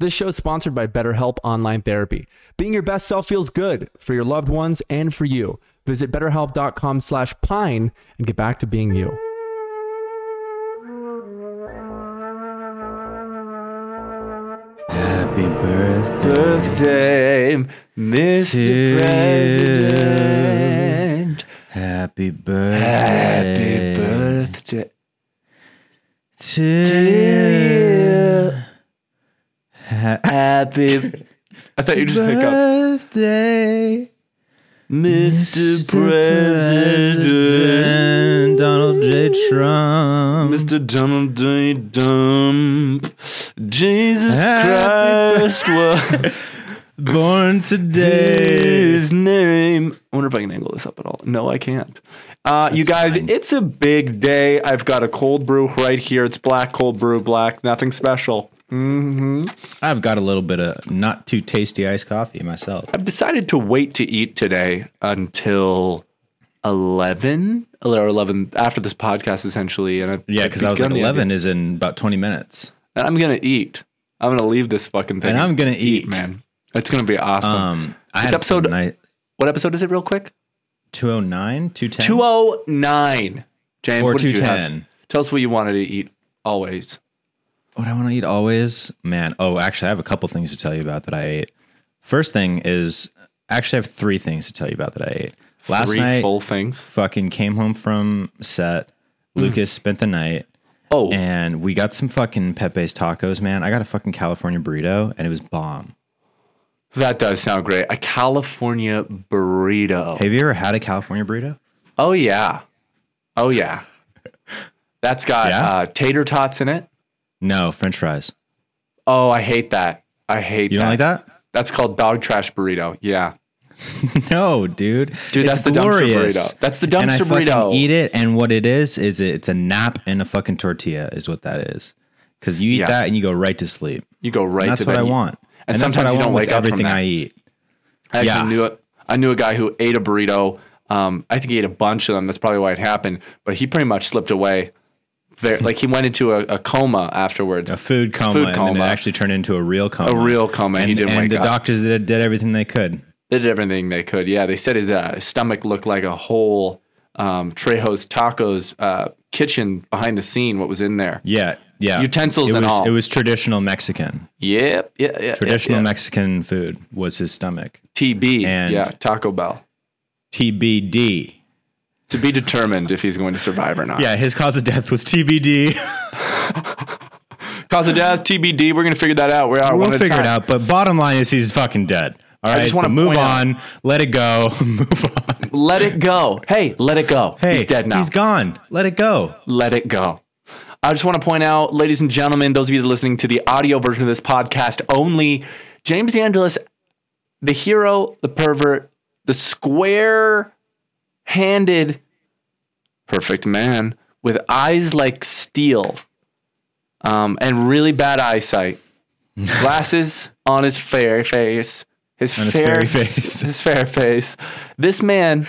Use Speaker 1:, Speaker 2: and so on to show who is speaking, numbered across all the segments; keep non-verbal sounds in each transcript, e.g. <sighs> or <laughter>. Speaker 1: This show is sponsored by BetterHelp Online Therapy. Being your best self feels good for your loved ones and for you. Visit betterhelp.com slash pine and get back to being you.
Speaker 2: Happy birthday.
Speaker 1: Birthday, Mr.
Speaker 2: To
Speaker 1: President.
Speaker 2: Happy birthday.
Speaker 1: Happy birthday
Speaker 2: to
Speaker 1: to you.
Speaker 2: Ha-
Speaker 1: Happy I thought you just hiccup.
Speaker 2: birthday.
Speaker 1: Mr.
Speaker 2: to President Donald J. Trump.
Speaker 1: Mr. Donald J. Dump. Jesus
Speaker 2: Happy
Speaker 1: Christ was
Speaker 2: Born today.
Speaker 1: his name. I wonder if I can angle this up at all. No, I can't. Uh, you guys,
Speaker 2: fine.
Speaker 1: it's a big day. I've got a cold brew right here. It's black cold brew, black, nothing special. hmm
Speaker 2: I've got a little bit of not too tasty iced coffee myself.
Speaker 1: I've decided to wait to eat today until 11 or 11 after this podcast, essentially. And I've,
Speaker 2: Yeah,
Speaker 1: I've
Speaker 2: because I was like,
Speaker 1: begun the idea-
Speaker 2: 11 is in about 20 minutes.
Speaker 1: And I'm gonna eat. I'm gonna leave this fucking thing.
Speaker 2: And I'm going to eat.
Speaker 1: man. It's gonna be awesome.
Speaker 2: Um, I
Speaker 1: It's
Speaker 2: had
Speaker 1: episode-
Speaker 2: some night
Speaker 1: what episode is it, real quick?
Speaker 2: 209, 210.
Speaker 1: Two oh nine. James,
Speaker 2: Or
Speaker 1: what did you have?
Speaker 2: 210.
Speaker 1: Tell us what you wanted to eat always.
Speaker 2: What I want to eat always, man. Oh, actually, I have a couple things to tell you about that I ate. First thing is, actually, I have three things to tell you about that I ate. Last
Speaker 1: Three
Speaker 2: night,
Speaker 1: full things.
Speaker 2: fucking came home from set.
Speaker 1: Mm.
Speaker 2: Lucas spent the night,
Speaker 1: Oh,
Speaker 2: and we got some fucking Pepe's tacos, man. I got a fucking California burrito, and it was bomb.
Speaker 1: that does sound great. A California burrito.
Speaker 2: Have you ever had a California burrito?
Speaker 1: Oh yeah. Oh yeah. That's got
Speaker 2: Yeah?
Speaker 1: uh, tater tots in it.
Speaker 2: No, French fries.
Speaker 1: Oh, I hate that. I hate
Speaker 2: You don't
Speaker 1: that.
Speaker 2: like that?
Speaker 1: That's called dog trash burrito. Yeah.
Speaker 2: <laughs> No, dude.
Speaker 1: Dude,
Speaker 2: It's
Speaker 1: that's the
Speaker 2: glorious.
Speaker 1: dumpster burrito. That's the
Speaker 2: and I
Speaker 1: dumpster
Speaker 2: fucking
Speaker 1: burrito.
Speaker 2: eat it, and what it is is it, it's a nap and a fucking tortilla is what that is. Because you eat
Speaker 1: Yeah.
Speaker 2: that and you go right to sleep.
Speaker 1: You go right
Speaker 2: And that's
Speaker 1: to
Speaker 2: what
Speaker 1: that.
Speaker 2: I want.
Speaker 1: And
Speaker 2: that's what I
Speaker 1: sometimes you
Speaker 2: want
Speaker 1: don't
Speaker 2: with
Speaker 1: wake up from
Speaker 2: everything
Speaker 1: that.
Speaker 2: I eat.
Speaker 1: I actually
Speaker 2: Yeah.
Speaker 1: knew it. I knew a guy who ate a burrito. Um, I think he ate a bunch of them. That's probably why it happened. But he pretty much slipped away. There, like he went into a, a coma afterwards.
Speaker 2: A food coma,
Speaker 1: Food
Speaker 2: and
Speaker 1: coma.
Speaker 2: then it actually turned into a real coma.
Speaker 1: A real coma, and
Speaker 2: And,
Speaker 1: he didn't
Speaker 2: and
Speaker 1: wake
Speaker 2: the
Speaker 1: up.
Speaker 2: doctors did, did everything they could.
Speaker 1: they did everything they could. Yeah, they said his uh, stomach looked like a whole um, Trejo's Tacos uh, kitchen behind the scene. What was in there?
Speaker 2: Yeah, yeah.
Speaker 1: Utensils
Speaker 2: it
Speaker 1: and
Speaker 2: was,
Speaker 1: all.
Speaker 2: It was traditional Mexican.
Speaker 1: Yep, yeah, yeah, yeah,
Speaker 2: Traditional
Speaker 1: yeah.
Speaker 2: Mexican food was his stomach.
Speaker 1: TB.
Speaker 2: and-
Speaker 1: yeah, Taco Bell.
Speaker 2: TBD.
Speaker 1: To be determined if he's going to survive or not.
Speaker 2: Yeah, his cause of death was TBD.
Speaker 1: Cause of death, TBD. We're gonna figure that out. We're out.
Speaker 2: we'll
Speaker 1: one at a
Speaker 2: figure it
Speaker 1: time.
Speaker 2: out. But bottom line is he's fucking dead. All right,
Speaker 1: just
Speaker 2: so
Speaker 1: wanna
Speaker 2: move
Speaker 1: point out-
Speaker 2: on. Let it go.
Speaker 1: <laughs>
Speaker 2: move on.
Speaker 1: Let it go. Hey, let it go.
Speaker 2: Hey,
Speaker 1: he's dead now.
Speaker 2: He's gone. Let it go.
Speaker 1: let it go. I just want to point out, ladies and gentlemen, those of you that are listening to the audio version of this podcast only, James DeAngelis, the hero, the pervert, the square handed perfect man with eyes like steel um, and really bad
Speaker 2: <laughs>
Speaker 1: eyesight, glasses on his fair face, his,
Speaker 2: On his
Speaker 1: fair,
Speaker 2: fairy face. <laughs>
Speaker 1: <laughs> his fair face. This man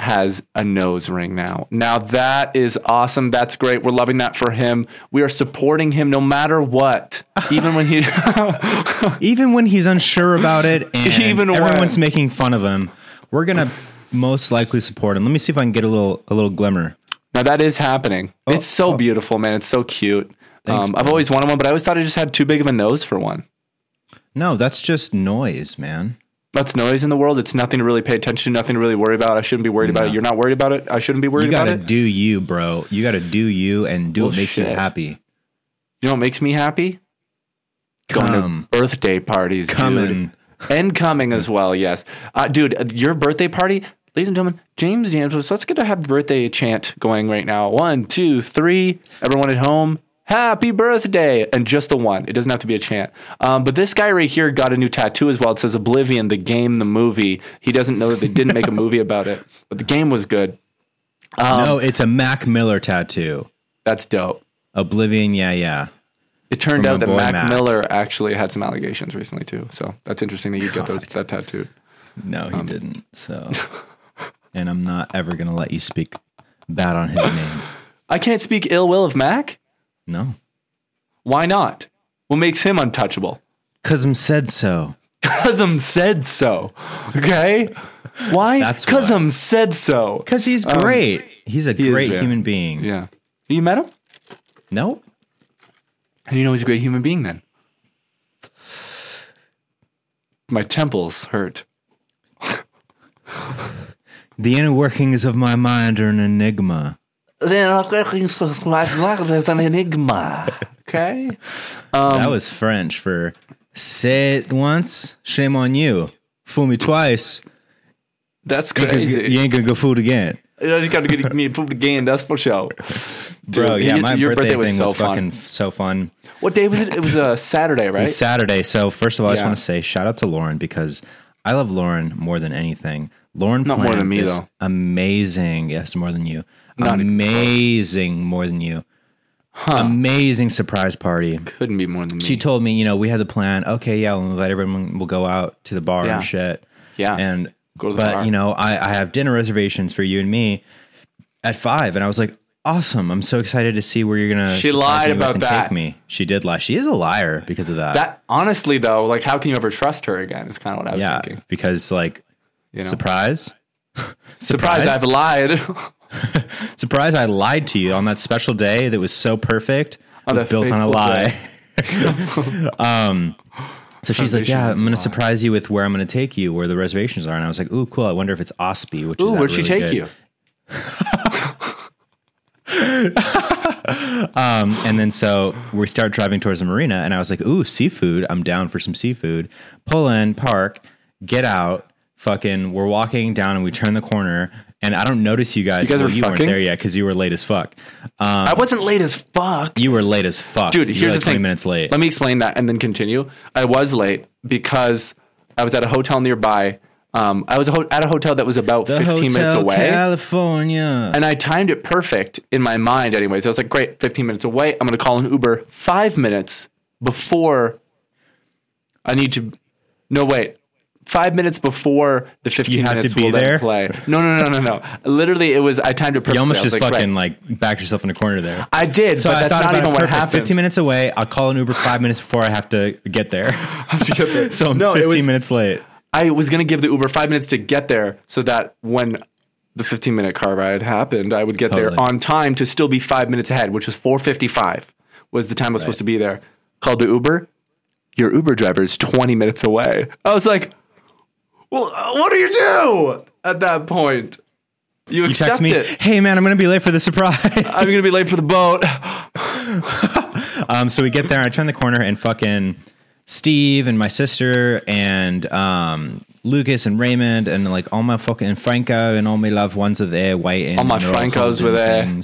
Speaker 1: has a nose ring now. Now that is awesome. That's great. We're loving that for him. We are supporting him no matter what.
Speaker 2: <laughs>
Speaker 1: Even when he
Speaker 2: Even when he's unsure about it and
Speaker 1: <laughs> Even when-
Speaker 2: everyone's making fun of him, we're gonna most likely support him. Let me see if I can get a little a little glimmer.
Speaker 1: Now that is happening.
Speaker 2: Oh,
Speaker 1: it's so beautiful, man. It's so cute. um, I've always wanted one, but I always thought I just had too big of a nose for one.
Speaker 2: No, that's just noise, man.
Speaker 1: That's noise in the world. It's nothing to really pay attention to, nothing to really worry about. I shouldn't be worried about it. You're not worried about it. I shouldn't be worried
Speaker 2: You
Speaker 1: about
Speaker 2: gotta
Speaker 1: it.
Speaker 2: do you, bro. You gotta do you and do what makes you
Speaker 1: shit.
Speaker 2: happy.
Speaker 1: you know what makes me happy?
Speaker 2: Come.
Speaker 1: Going to birthday parties. dude.
Speaker 2: Um, Coming.
Speaker 1: And coming as well, yes. Uh, dude, your birthday party, ladies and gentlemen, James DeAngelis, let's get a happy birthday chant going right now. One, two, three. Everyone at home, happy birthday. And just the one. It doesn't have to be a chant. Um, but this guy right here got a new tattoo as well. It says Oblivion, the game, the movie. He doesn't know that they didn't make
Speaker 2: <laughs>
Speaker 1: a movie about it, but the game was good. um
Speaker 2: no, it's a Mac Miller tattoo.
Speaker 1: That's dope.
Speaker 2: Oblivion, yeah, yeah.
Speaker 1: It turned
Speaker 2: From my
Speaker 1: out that
Speaker 2: boy
Speaker 1: Mac,
Speaker 2: Mac.
Speaker 1: Miller actually had some allegations recently too. So that's interesting that you get those that tattooed.
Speaker 2: No,
Speaker 1: Um,
Speaker 2: he didn't.
Speaker 1: <laughs>
Speaker 2: So, and I'm not ever gonna let you speak bad on his name.
Speaker 1: I can't speak ill will of Mac.
Speaker 2: No,
Speaker 1: Why not? What makes him untouchable?
Speaker 2: Cusm said so.
Speaker 1: Cuzum said so. Okay? Why?
Speaker 2: That's
Speaker 1: Cuzum said so.
Speaker 2: Because he's great. he's a
Speaker 1: Um, is
Speaker 2: great
Speaker 1: great.
Speaker 2: human being.
Speaker 1: Yeah. You met him?
Speaker 2: Nope.
Speaker 1: And you know he's a great human being then. My temples hurt.
Speaker 2: The inner workings of my mind are an enigma.
Speaker 1: There's an enigma. Okay? Um,
Speaker 2: that was French for say it once, shame on you. Fool me twice,
Speaker 1: That's
Speaker 2: you
Speaker 1: crazy.
Speaker 2: ain't gonna go fooled again.
Speaker 1: You got to get me pooped again. That's for sure.
Speaker 2: Bro, yeah,
Speaker 1: y-
Speaker 2: my
Speaker 1: your
Speaker 2: birthday,
Speaker 1: birthday was
Speaker 2: thing
Speaker 1: so
Speaker 2: was
Speaker 1: fun.
Speaker 2: fucking so fun.
Speaker 1: What day was it? It was a Saturday, right?
Speaker 2: It's Saturday. So first of all, I just
Speaker 1: Yeah.
Speaker 2: want to say shout out to Lauren because I love Lauren more than anything. Lauren
Speaker 1: Not more
Speaker 2: Plant
Speaker 1: than me,
Speaker 2: is
Speaker 1: though.
Speaker 2: Amazing. Yes, more than you.
Speaker 1: Not even
Speaker 2: amazing more than you. Amazing surprise party.
Speaker 1: Couldn't be more than me.
Speaker 2: She told me, you know, we had the plan. Okay, yeah, we'll invite everyone. We'll go out to the bar
Speaker 1: Yeah.
Speaker 2: and shit.
Speaker 1: Yeah.
Speaker 2: And
Speaker 1: Go to the
Speaker 2: but
Speaker 1: bar.
Speaker 2: you know, I, I have dinner reservations for you and me at five, and I was like, awesome! I'm so excited to see where you're gonna.
Speaker 1: She
Speaker 2: surprise
Speaker 1: lied
Speaker 2: me with
Speaker 1: about
Speaker 2: and
Speaker 1: that.
Speaker 2: Take me. She did lie. She is a liar because of that.
Speaker 1: that honestly though, like how can you ever trust her again? Is kind of what I was
Speaker 2: yeah,
Speaker 1: thinking.
Speaker 2: because like
Speaker 1: You know?
Speaker 2: surprise,
Speaker 1: <laughs> Surprise,
Speaker 2: <laughs>
Speaker 1: I've lied.
Speaker 2: surprise, I lied to you on that special day that was so perfect. It
Speaker 1: On that
Speaker 2: was built on a
Speaker 1: fateful
Speaker 2: lie. <laughs> um, so she's like,
Speaker 1: Foundation
Speaker 2: "Yeah,
Speaker 1: is
Speaker 2: I'm
Speaker 1: a
Speaker 2: going to
Speaker 1: lie."
Speaker 2: surprise you with where I'm going to take you, where the reservations are." And I was like, "Ooh, cool. I wonder if it's Ospie, which is
Speaker 1: Ooh,
Speaker 2: that
Speaker 1: where'd she
Speaker 2: really
Speaker 1: take
Speaker 2: good-
Speaker 1: you?
Speaker 2: Um, and then so we start driving towards the marina, and I was like, "Ooh, seafood! I'm down for some seafood." Pull in, park, get out. Fucking, we're walking down, and we turn the corner, and I don't notice you guys.
Speaker 1: guys were
Speaker 2: you weren't
Speaker 1: fucking?
Speaker 2: there yet because you were late as fuck. Um,
Speaker 1: I wasn't late as fuck.
Speaker 2: you were late as fuck,
Speaker 1: Dude,
Speaker 2: You were
Speaker 1: here's
Speaker 2: like
Speaker 1: the thing.
Speaker 2: minutes late.
Speaker 1: Let me explain that and then continue. I was late because I was at a hotel nearby. Um, I was a ho- at a hotel that was about 15 minutes away.
Speaker 2: California.
Speaker 1: And I timed it perfect in my mind, anyways. I was like, great, 15 minutes away. I'm going to call an Uber five minutes before I need to. No, wait. Five minutes before the 15
Speaker 2: had to
Speaker 1: minutes
Speaker 2: be
Speaker 1: will then
Speaker 2: there?
Speaker 1: play. No, no, no, no, no. Literally, it was, I timed it perfectly.
Speaker 2: you
Speaker 1: I
Speaker 2: almost
Speaker 1: was
Speaker 2: just
Speaker 1: like,
Speaker 2: fucking
Speaker 1: right.
Speaker 2: like backed yourself in a corner there.
Speaker 1: I <laughs> did,
Speaker 2: so
Speaker 1: but
Speaker 2: I
Speaker 1: that's
Speaker 2: thought
Speaker 1: not
Speaker 2: about
Speaker 1: even
Speaker 2: it,
Speaker 1: what
Speaker 2: perfect.
Speaker 1: happened.
Speaker 2: 15 minutes away. I'll call an Uber five minutes before I have to get
Speaker 1: <laughs>
Speaker 2: there.
Speaker 1: minutes.
Speaker 2: so I'm
Speaker 1: No, it
Speaker 2: 15
Speaker 1: was-
Speaker 2: minutes late.
Speaker 1: I was going to give the Uber five minutes to get there so that when the 15 minute car ride happened, I would get there
Speaker 2: Totally.
Speaker 1: on time to still be five minutes ahead, which was 4.55 was the time I was supposed to be there. Called the Uber. Your Uber driver is 20 minutes away. I was like, well, uh, what do you do at that point? You
Speaker 2: You text
Speaker 1: accept
Speaker 2: me,
Speaker 1: it. Uh,
Speaker 2: hey man, I'm gonna be late for the
Speaker 1: <laughs>
Speaker 2: surprise.
Speaker 1: I'm going to be late for the boat.
Speaker 2: um, so we get there, I turn the corner, and fucking Steve and my sister and um, Lucas and Raymond and like all my fucking and Franco and all my loved ones are there waiting. All
Speaker 1: my Francos were there.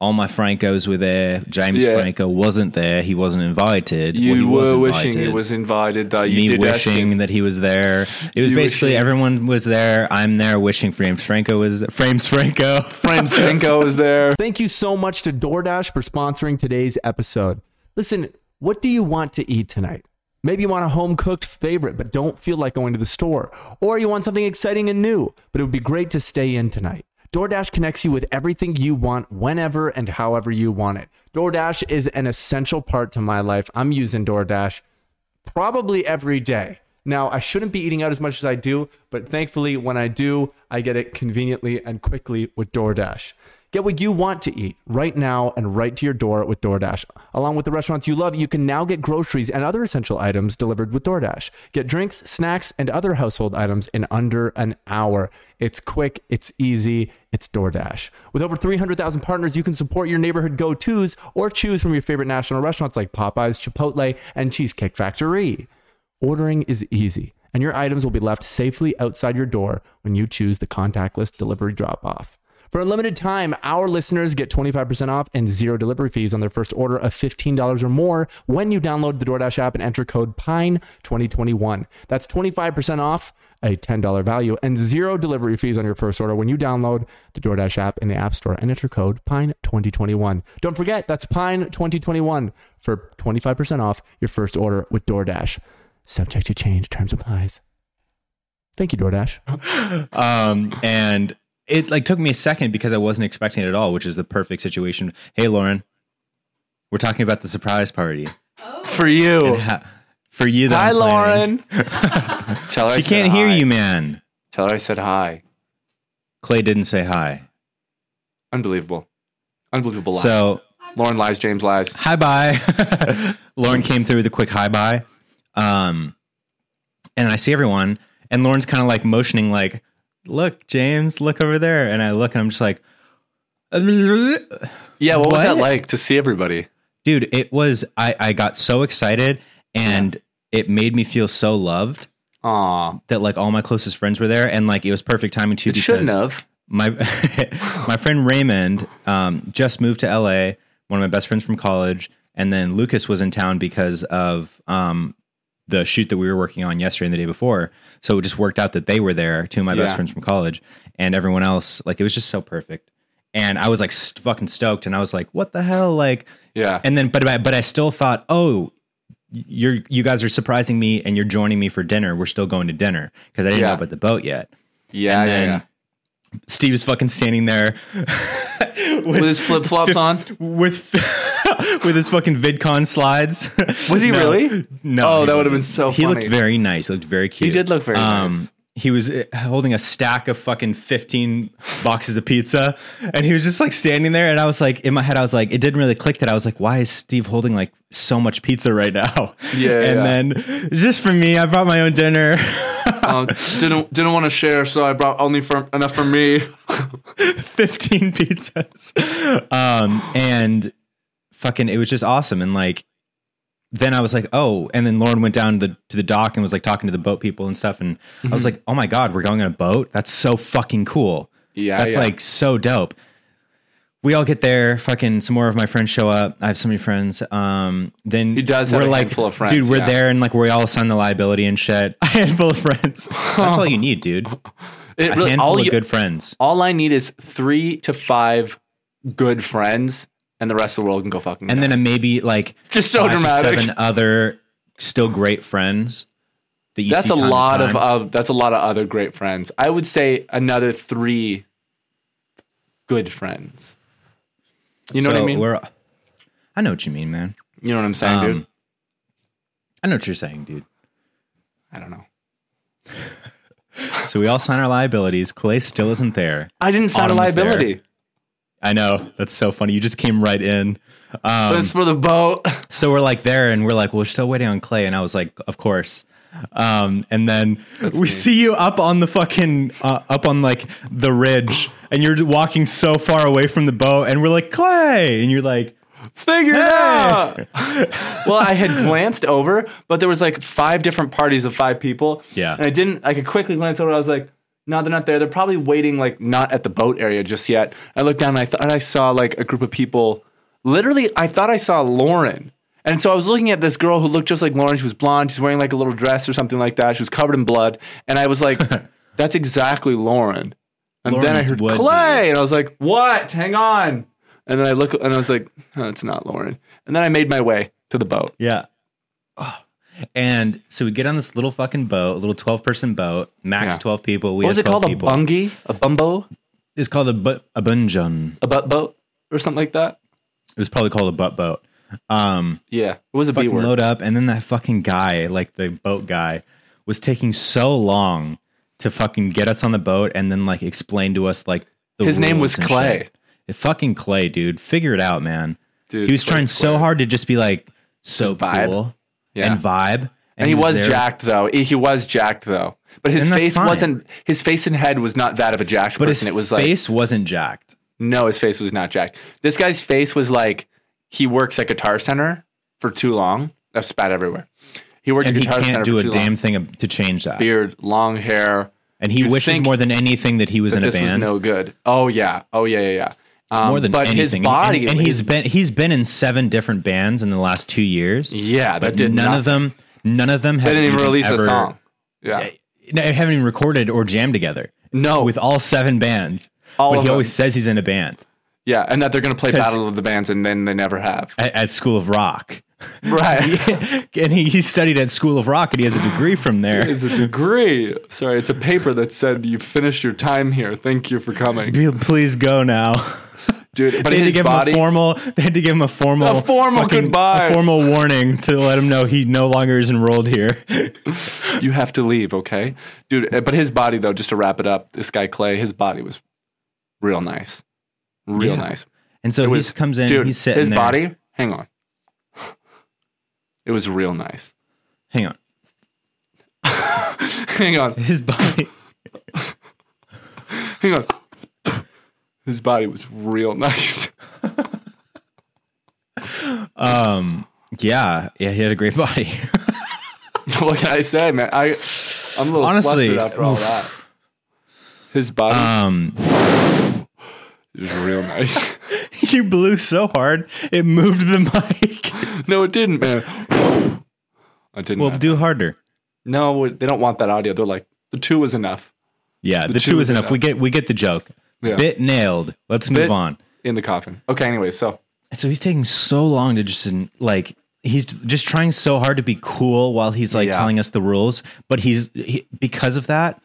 Speaker 2: All my Francos were there. James
Speaker 1: Yeah.
Speaker 2: Franco wasn't there. He wasn't invited. Well, he
Speaker 1: You
Speaker 2: was
Speaker 1: were wishing
Speaker 2: invited.
Speaker 1: he was invited, though. You
Speaker 2: me
Speaker 1: did ask him.
Speaker 2: wishing that he was there. It was
Speaker 1: You
Speaker 2: basically
Speaker 1: wishing.
Speaker 2: everyone was there. I'm there wishing Frames Franco was Frames Franco.
Speaker 1: Frames <laughs> Jenko is there.
Speaker 3: Thank you so much to DoorDash for sponsoring today's episode. Listen, what do you want to eat tonight? Maybe you want a home cooked favorite, but don't feel like going to the store. Or you want something exciting and new, but it would be great to stay in tonight. DoorDash connects you with everything you want whenever and however you want it. DoorDash is an essential part to my life. I'm using DoorDash probably every day. Now, I shouldn't be eating out as much as I do, but thankfully, when I do, I get it conveniently and quickly with DoorDash. Get what you want to eat right now and right to your door with DoorDash. Along with the restaurants you love, you can now get groceries and other essential items delivered with DoorDash. Get drinks, snacks, and other household items in under an hour. It's quick, it's easy, it's DoorDash. With over 300,000 partners, you can support your neighborhood go tos or choose from your favorite national restaurants like Popeyes, Chipotle, and Cheesecake Factory. Ordering is easy, and your items will be left safely outside your door when you choose the contactless delivery drop off. For a limited time, our listeners get 25% off and zero delivery fees on their first order of $15 or more when you download the DoorDash app and enter code PINE2021. That's 25% off a $10 value and zero delivery fees on your first order when you download the DoorDash app in the App Store and enter code PINE2021. Don't forget, that's PINE2021 for 25% off your first order with DoorDash. Subject to change, terms applies. Thank you, DoorDash.
Speaker 2: um, and it like took me a second because I wasn't expecting it at all, which is the perfect situation. Hey, Lauren, we're talking about the surprise party.
Speaker 1: for you.
Speaker 2: Ha- For you, that
Speaker 1: Hi,
Speaker 2: I'm playing. <laughs>
Speaker 1: Lauren. tell her I
Speaker 2: She
Speaker 1: said
Speaker 2: can't hear
Speaker 1: hi.
Speaker 2: you, man.
Speaker 1: Tell her I said hi.
Speaker 2: Clay didn't say hi.
Speaker 1: Unbelievable. Unbelievable lies.
Speaker 2: So
Speaker 1: Lauren lies, James lies.
Speaker 2: hi bye. <laughs> Lauren came through with a quick hi bye. Um, and I see everyone, and Lauren's kind of like motioning, like, "Look, James, look over there." And I look, and I'm just like,
Speaker 1: Yeah, what, was that
Speaker 2: What?
Speaker 1: like to see everybody?
Speaker 2: dude it was i i got so excited and it made me feel so loved
Speaker 1: Aw.
Speaker 2: that like all my closest friends were there and like it was perfect timing too
Speaker 1: It shouldn't have.
Speaker 2: my <laughs> my friend raymond um just moved to la one of my best friends from college and then lucas was in town because of um the shoot that we were working on yesterday and the day before so it just worked out that they were there two of my
Speaker 1: Yeah.
Speaker 2: best friends from college and everyone else like it was just so perfect and i was like st- fucking stoked and i was like what the hell like
Speaker 1: Yeah.
Speaker 2: and then but I, but I still thought, oh, you're you guys are surprising me and you're joining me for dinner. We're still going to dinner because I didn't
Speaker 1: Yeah.
Speaker 2: know about the boat yet.
Speaker 1: yeah,
Speaker 2: and
Speaker 1: yeah,
Speaker 2: then
Speaker 1: yeah.
Speaker 2: Steve's fucking standing there <laughs> with,
Speaker 1: With his
Speaker 2: <laughs>
Speaker 1: flip flops on.
Speaker 2: with with his fucking VidCon slides.
Speaker 1: <laughs> Was he
Speaker 2: No.
Speaker 1: really?
Speaker 2: No.
Speaker 1: Oh,
Speaker 2: he
Speaker 1: that would've
Speaker 2: wasn't.
Speaker 1: been so
Speaker 2: He
Speaker 1: funny.
Speaker 2: looked very nice. He looked very cute. Um,
Speaker 1: did look very nice.
Speaker 2: He was uh, holding a stack of fucking 15 boxes of pizza and he was just like standing there. And I was like, in my head, I was like, it didn't really click that I was like, why is Steve holding like so much pizza right now?
Speaker 1: Yeah,
Speaker 2: <laughs> and
Speaker 1: yeah.
Speaker 2: then just for me, I brought my own dinner. <laughs>
Speaker 1: Um, didn't didn't want to share, so I brought only for enough for me.
Speaker 2: 15 pizzas. Um, and fucking, it was just awesome. And like, then I was like, oh, and then Lauren went down to the, to the dock and was like talking to the boat people and stuff. And I
Speaker 1: Mm-hmm.
Speaker 2: was like, oh my God, we're going on a boat. That's so fucking cool.
Speaker 1: Yeah,
Speaker 2: That's
Speaker 1: yeah.
Speaker 2: like so dope. We all get there. Fucking some more of my friends show up. I have so many friends. Um, then
Speaker 1: He does have a handful of friends,
Speaker 2: dude. We're
Speaker 1: yeah.
Speaker 2: there and like we all sign the liability and shit. <laughs> A handful of friends. That's all
Speaker 1: <laughs>
Speaker 2: you need, dude. A
Speaker 1: It really,
Speaker 2: handful
Speaker 1: all
Speaker 2: of
Speaker 1: you,
Speaker 2: good friends.
Speaker 1: all I need is three to five good friends, and the rest of the world can go fucking.
Speaker 2: And
Speaker 1: die.
Speaker 2: then a maybe like
Speaker 1: just so
Speaker 2: five to
Speaker 1: dramatic.
Speaker 2: Seven other still great friends that you
Speaker 1: That's
Speaker 2: see
Speaker 1: a
Speaker 2: time to
Speaker 1: lot of, uh,
Speaker 2: time.
Speaker 1: of that's a lot of other great friends. I would say another three good friends. You know what I
Speaker 2: So
Speaker 1: mean?
Speaker 2: We're, I know what you mean, man.
Speaker 1: You know what I'm saying, dude?
Speaker 2: Um, I know what you're saying, dude.
Speaker 1: I don't know.
Speaker 2: So we all sign our liabilities. Clay still isn't there.
Speaker 1: I didn't sign a
Speaker 2: Autumn's there.
Speaker 1: liability,
Speaker 2: I know that's so funny. You just came right in.
Speaker 1: but
Speaker 2: Um,
Speaker 1: it's for the boat. <laughs>
Speaker 2: so we're like there, and we're like, we're still waiting on Clay, and I was like, of course. Um, and then we
Speaker 1: me.
Speaker 2: see you up on the fucking uh, up on like the ridge, and you're walking so far away from the boat, and we're like Clay, and you're like,
Speaker 1: Figure it
Speaker 2: Hey!
Speaker 1: out.
Speaker 2: <laughs>
Speaker 1: well, I had glanced over, but there was like five different parties of five people.
Speaker 2: Yeah.
Speaker 1: And I didn't I could quickly glance over. I was like, no, they're not there. They're probably waiting like not at the boat area just yet. I looked down and I thought I saw like a group of people. Literally, I thought I saw Lauren. And so I was looking at this girl who looked just like Lauren. She was blonde. She's wearing like a little dress or something like that. She was covered in blood. And I
Speaker 2: <laughs>
Speaker 1: was like, that's exactly Lauren. And then I
Speaker 2: Lauren's
Speaker 1: heard
Speaker 2: would be.
Speaker 1: Clay, and I was like, "What? Hang on!" And then I look, and I was like, oh, "It's not Lauren." And then I made my way to the boat.
Speaker 2: yeah. <sighs> And so we get on this little fucking boat, a little twelve person boat, max
Speaker 1: Yeah.
Speaker 2: twelve people. We
Speaker 1: What was
Speaker 2: had
Speaker 1: it
Speaker 2: 12
Speaker 1: called?
Speaker 2: people.
Speaker 1: A bungy, a bumbo,
Speaker 2: It's called a bu- a bunjun.
Speaker 1: a butt boat, or something like that.
Speaker 2: It was probably called a butt boat. Um,
Speaker 1: Yeah, it was a B
Speaker 2: fucking
Speaker 1: word.
Speaker 2: load up, and then that fucking guy, like the boat guy, was taking so long to fucking get us on the boat, and then like explain to us like the
Speaker 1: His name
Speaker 2: rules
Speaker 1: was
Speaker 2: and
Speaker 1: Clay.
Speaker 2: shit. It fucking Clay, dude. Figure it out, man.
Speaker 1: Dude,
Speaker 2: he was
Speaker 1: Clay
Speaker 2: trying so
Speaker 1: Square.
Speaker 2: hard to just be like so
Speaker 1: vibe.
Speaker 2: cool
Speaker 1: Yeah.
Speaker 2: and vibe, and,
Speaker 1: And he was
Speaker 2: there.
Speaker 1: jacked though. He he was jacked though. But his
Speaker 2: And that's
Speaker 1: face
Speaker 2: fine.
Speaker 1: wasn't. His face and head was not that of a jacked
Speaker 2: but his
Speaker 1: person. it was like
Speaker 2: face wasn't jacked.
Speaker 1: no, his face was not jacked. This guy's face was like he works at Guitar Center for too long. I've spat everywhere. He worked
Speaker 2: And
Speaker 1: at
Speaker 2: he
Speaker 1: Guitar
Speaker 2: can't
Speaker 1: Center
Speaker 2: do
Speaker 1: for
Speaker 2: a
Speaker 1: too long.
Speaker 2: damn thing ab- to change that.
Speaker 1: beard, long hair.
Speaker 2: And he
Speaker 1: You'd
Speaker 2: wishes
Speaker 1: think
Speaker 2: more than anything that he was in a
Speaker 1: This was
Speaker 2: band.
Speaker 1: no good. Oh yeah. Oh yeah. Yeah. yeah. Um,
Speaker 2: more than
Speaker 1: but
Speaker 2: anything.
Speaker 1: his
Speaker 2: And-
Speaker 1: body
Speaker 2: and,
Speaker 1: was-
Speaker 2: he's been he's been in seven different bands in the last two years.
Speaker 1: yeah. That
Speaker 2: but
Speaker 1: did
Speaker 2: none of
Speaker 1: them.
Speaker 2: them none of them have
Speaker 1: They didn't even release
Speaker 2: ever, Eh,
Speaker 1: a song. Yeah.
Speaker 2: No, they haven't even recorded or jammed together
Speaker 1: No.
Speaker 2: with all seven bands.
Speaker 1: All
Speaker 2: but
Speaker 1: of
Speaker 2: he always
Speaker 1: them.
Speaker 2: says he's in a band
Speaker 1: yeah. And that they're gonna play
Speaker 2: <laughs> 'Cause-
Speaker 1: Battle of the Bands, and then they never have.
Speaker 2: at, at School of Rock. <laughs>
Speaker 1: <laughs> Right.
Speaker 2: and he, he studied at School of Rock and he has a degree from there.
Speaker 1: It's a degree. Sorry, it's a paper that said you finished your time here. Thank you for coming. <laughs>
Speaker 2: Please go now.
Speaker 1: dude.
Speaker 2: They had
Speaker 1: But in
Speaker 2: to
Speaker 1: his
Speaker 2: give
Speaker 1: body,
Speaker 2: him a formal. They had to give him a formal,
Speaker 1: A formal goodbye.
Speaker 2: a formal warning to let him know he no longer is enrolled here. <laughs>
Speaker 1: you have to leave, okay, dude. uh, But his body, though, just to wrap it up, this guy Clay, his body was real nice, real
Speaker 2: Yeah.
Speaker 1: nice,
Speaker 2: And so
Speaker 1: It
Speaker 2: he
Speaker 1: was-
Speaker 2: just comes in.
Speaker 1: dude.
Speaker 2: he's sitting
Speaker 1: his
Speaker 2: there.
Speaker 1: body, hang on, it was real nice. <laughs>
Speaker 2: Hang on.
Speaker 1: Hang on,
Speaker 2: His body.
Speaker 1: hang on. His body was real <laughs> nice.
Speaker 2: Um. <laughs> Yeah. Yeah. He had a great body. <laughs>
Speaker 1: <laughs> what can I say, man? I I'm a little
Speaker 2: Honestly,
Speaker 1: flustered after all that. His body
Speaker 2: Um.
Speaker 1: is real nice. <laughs>
Speaker 2: <laughs> You blew so hard it moved the <laughs> mic.
Speaker 1: no, it didn't, man. <sighs> I didn't.
Speaker 2: Well, do harder.
Speaker 1: no, they don't want that audio. They're like the two is enough
Speaker 2: Yeah, the, two, is enough. We get we get the joke.
Speaker 1: Yeah.
Speaker 2: Bit nailed. Let's move
Speaker 1: Bit-
Speaker 2: on.
Speaker 1: in the coffin. Okay, anyway, so
Speaker 2: And so he's taking so long to just like he's just trying so hard to be cool while he's like
Speaker 1: Yeah.
Speaker 2: telling us the rules, but he's he, because of that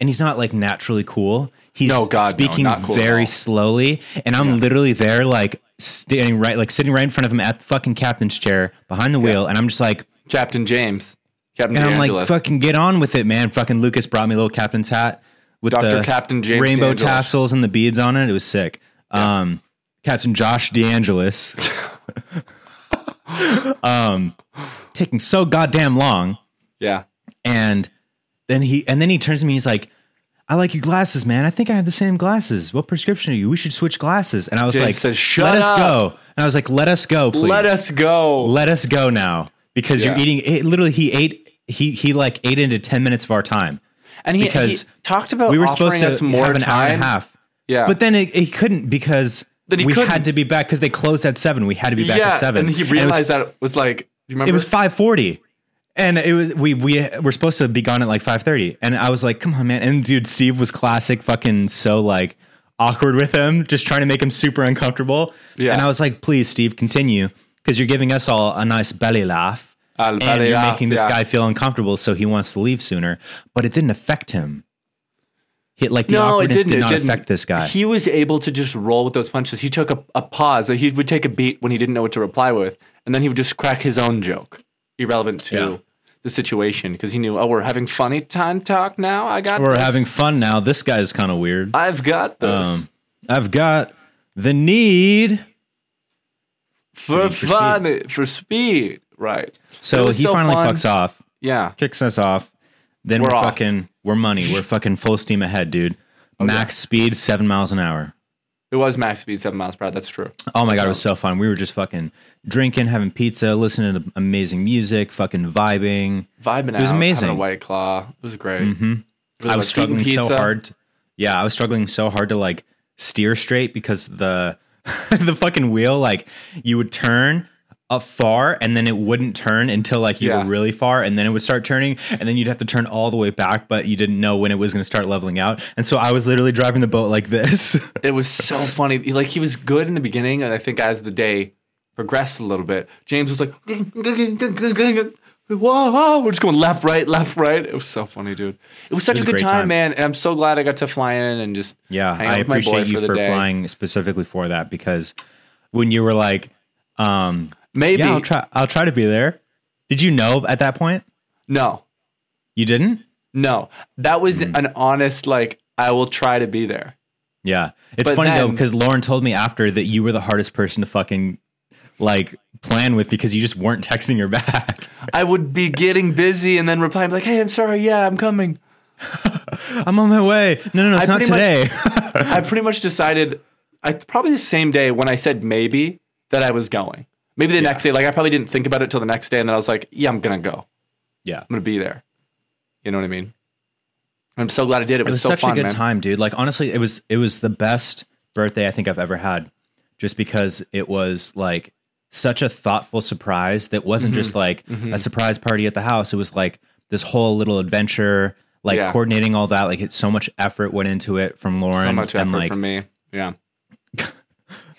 Speaker 2: and he's not like naturally cool. He's
Speaker 1: No, God, no,
Speaker 2: speaking
Speaker 1: not cool at all.
Speaker 2: very slowly and I'm literally there like standing right like sitting right in front of him at the fucking captain's chair behind the wheel and I'm just like
Speaker 1: Captain James, Captain
Speaker 2: and I'm like
Speaker 1: DeAngelis.
Speaker 2: fucking get on with it man. Fucking Lucas brought me a little captain's hat with
Speaker 1: Dr.
Speaker 2: the
Speaker 1: Captain James
Speaker 2: rainbow
Speaker 1: DeAngelis.
Speaker 2: tassels and the beads on it. It was sick. Um, Captain Josh
Speaker 1: <laughs>
Speaker 2: DeAngelis. um, taking so goddamn long,
Speaker 1: yeah,
Speaker 2: and then he and then he turns to me. He's like, "I like your glasses, man. I think I have the same glasses. What prescription are you? We should switch glasses." And I was
Speaker 1: James
Speaker 2: like,
Speaker 1: says, "Shut
Speaker 2: "Let
Speaker 1: up."
Speaker 2: us go." And I was like, "Let us go, please.
Speaker 1: let us go.
Speaker 2: Let us go now." Because
Speaker 1: Yeah.
Speaker 2: you're eating. It, literally, he ate. He he like ate into ten minutes of our time.
Speaker 1: and he,
Speaker 2: because
Speaker 1: he talked about
Speaker 2: we were
Speaker 1: offering
Speaker 2: supposed to
Speaker 1: us more
Speaker 2: have an
Speaker 1: time.
Speaker 2: hour and a half.
Speaker 1: Yeah,
Speaker 2: But then it, it couldn't because
Speaker 1: Then he
Speaker 2: we
Speaker 1: couldn't.
Speaker 2: had to be back because they closed at seven. We had to be back
Speaker 1: yeah,
Speaker 2: at seven.
Speaker 1: and he
Speaker 2: it was-
Speaker 1: realized that it was like. You remember?
Speaker 2: it was five forty, and it was we we were supposed to be gone at like five thirty. And I was like, "Come on, man!" And dude, Steve was classic, fucking so like awkward with him, just trying to make him super uncomfortable.
Speaker 1: Yeah.
Speaker 2: And I was like, "Please, Steve, continue because you're giving us all a nice belly laugh."
Speaker 1: Ah,
Speaker 2: and
Speaker 1: belly
Speaker 2: you're
Speaker 1: laugh,
Speaker 2: making this
Speaker 1: yeah.
Speaker 2: guy feel uncomfortable, so he wants to leave sooner. But it didn't affect him. He, like the
Speaker 1: no, it
Speaker 2: awkwardness
Speaker 1: didn't.
Speaker 2: did
Speaker 1: it
Speaker 2: not
Speaker 1: didn't.
Speaker 2: affect this guy.
Speaker 1: He was able to just roll with those punches. He took a, a pause. Like he would take a beat when he didn't know what to reply with, and then he would just crack his own joke, irrelevant to
Speaker 2: Yeah.
Speaker 1: the situation, because he knew, oh, we're having funny time talk now. I got.
Speaker 2: We're
Speaker 1: this.
Speaker 2: having fun now. This guy's kind of weird.
Speaker 1: I've got this
Speaker 2: Um, I've got the need.
Speaker 1: for
Speaker 2: for
Speaker 1: fun for speed. Right.
Speaker 2: So
Speaker 1: It was
Speaker 2: he finally fucks off,
Speaker 1: Yeah.
Speaker 2: kicks us off. Then we're,
Speaker 1: We're off.
Speaker 2: fucking, we're money. We're fucking full steam ahead, dude. Max speed, seven miles an hour.
Speaker 1: It was max speed seven miles per hour. That's true.
Speaker 2: Oh my God, it was so fun. We were just fucking drinking, having pizza, listening to amazing music, fucking vibing.
Speaker 1: Vibing out.
Speaker 2: was amazing. Mm-hmm.
Speaker 1: Having a white claw. It was great.
Speaker 2: I was
Speaker 1: like eating
Speaker 2: struggling so
Speaker 1: pizza.
Speaker 2: hard. to- yeah, I was struggling so hard to like steer straight because the <laughs> the fucking wheel like you would turn up far and then it wouldn't turn until like you
Speaker 1: Yeah.
Speaker 2: were really far and then it would start turning and then you'd have to turn all the way back but you didn't know when it was going to start leveling out and so I was literally driving the boat like this. <laughs>
Speaker 1: It was so funny. He- Like he was good in the beginning, and I think as the day progressed a little bit, James was like, <laughs> "Whoa, whoa!" We're just going left, right, left, right. It was so funny, dude. It was such
Speaker 2: It was
Speaker 1: a
Speaker 2: a
Speaker 1: good
Speaker 2: great
Speaker 1: time,
Speaker 2: time.
Speaker 1: man. And I'm so glad I got to fly in and just
Speaker 2: Yeah,
Speaker 1: hang out
Speaker 2: I
Speaker 1: with my boy
Speaker 2: appreciate you
Speaker 1: for the
Speaker 2: for
Speaker 1: day.
Speaker 2: flying specifically for that because when you were like um
Speaker 1: Maybe
Speaker 2: yeah, I'll try I'll try to be there. Did you know at that point?
Speaker 1: no,
Speaker 2: You didn't?
Speaker 1: no. That was
Speaker 2: Mm-hmm.
Speaker 1: an honest like. I will try to be there.
Speaker 2: Yeah. It's
Speaker 1: But
Speaker 2: funny though,
Speaker 1: then-
Speaker 2: because Lauren told me after that you were the hardest person to fucking like plan with because you just weren't <laughs> texting her back.
Speaker 1: I would be getting busy and then replying like, "Hey, I'm sorry. Yeah, I'm coming."
Speaker 2: I'm on my way. No, no, no, it's
Speaker 1: I
Speaker 2: not
Speaker 1: pretty
Speaker 2: <laughs> today.
Speaker 1: I pretty much decided I probably the same day when I said maybe that I was going. Maybe the next day, like I probably didn't think about it till the next day, and then I was like, "Yeah, I'm gonna go.
Speaker 2: yeah.
Speaker 1: I'm gonna be there." You know what I mean? I'm so glad I did. It
Speaker 2: It
Speaker 1: was,
Speaker 2: was
Speaker 1: so
Speaker 2: such
Speaker 1: fun,
Speaker 2: a good
Speaker 1: man.
Speaker 2: time, dude. Like honestly, it was it was the best birthday I think I've ever had just because it was like such a thoughtful surprise that wasn't
Speaker 1: Mm-hmm.
Speaker 2: just like a surprise party at the house. It was like this whole little adventure, like
Speaker 1: Yeah.
Speaker 2: coordinating all that. Like it, so much effort went into it from Lauren.
Speaker 1: So much
Speaker 2: and
Speaker 1: effort
Speaker 2: like
Speaker 1: from me. Yeah.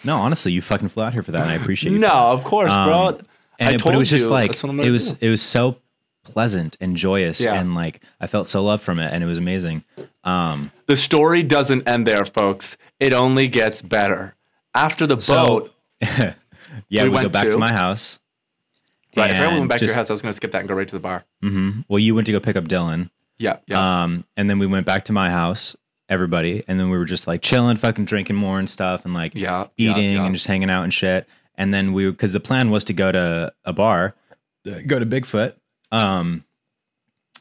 Speaker 2: No, honestly, you fucking flew out here for that, and I appreciate you.
Speaker 1: <laughs> No,
Speaker 2: for that.
Speaker 1: of course, bro.
Speaker 2: Um,
Speaker 1: I
Speaker 2: and it,
Speaker 1: told
Speaker 2: but it was just
Speaker 1: you,
Speaker 2: like
Speaker 1: that's what I'm gonna
Speaker 2: it was.
Speaker 1: do.
Speaker 2: It was so pleasant and joyous,
Speaker 1: Yeah.
Speaker 2: and like I felt so loved from it, and it was amazing. <laughs> Um,
Speaker 1: The story doesn't end there, folks. It only gets better. after the
Speaker 2: So-
Speaker 1: boat.
Speaker 2: yeah,
Speaker 1: We
Speaker 2: we, go
Speaker 1: went
Speaker 2: back to,
Speaker 1: to-
Speaker 2: my house.
Speaker 1: Right. If I
Speaker 2: and
Speaker 1: went back to your
Speaker 2: just-
Speaker 1: house, I was going to skip that and go right to the bar.
Speaker 2: Mhm. Well, you went to go pick up Dylan.
Speaker 1: Yeah. Yeah.
Speaker 2: Um, and then we went back to my house, everybody, and then we were just like chilling, fucking drinking more and stuff, and like
Speaker 1: yeah. yeah,
Speaker 2: eating
Speaker 1: yeah.
Speaker 2: and just hanging out and shit. And then we, because the plan was to go to a bar, Uh, go to Bigfoot. Um,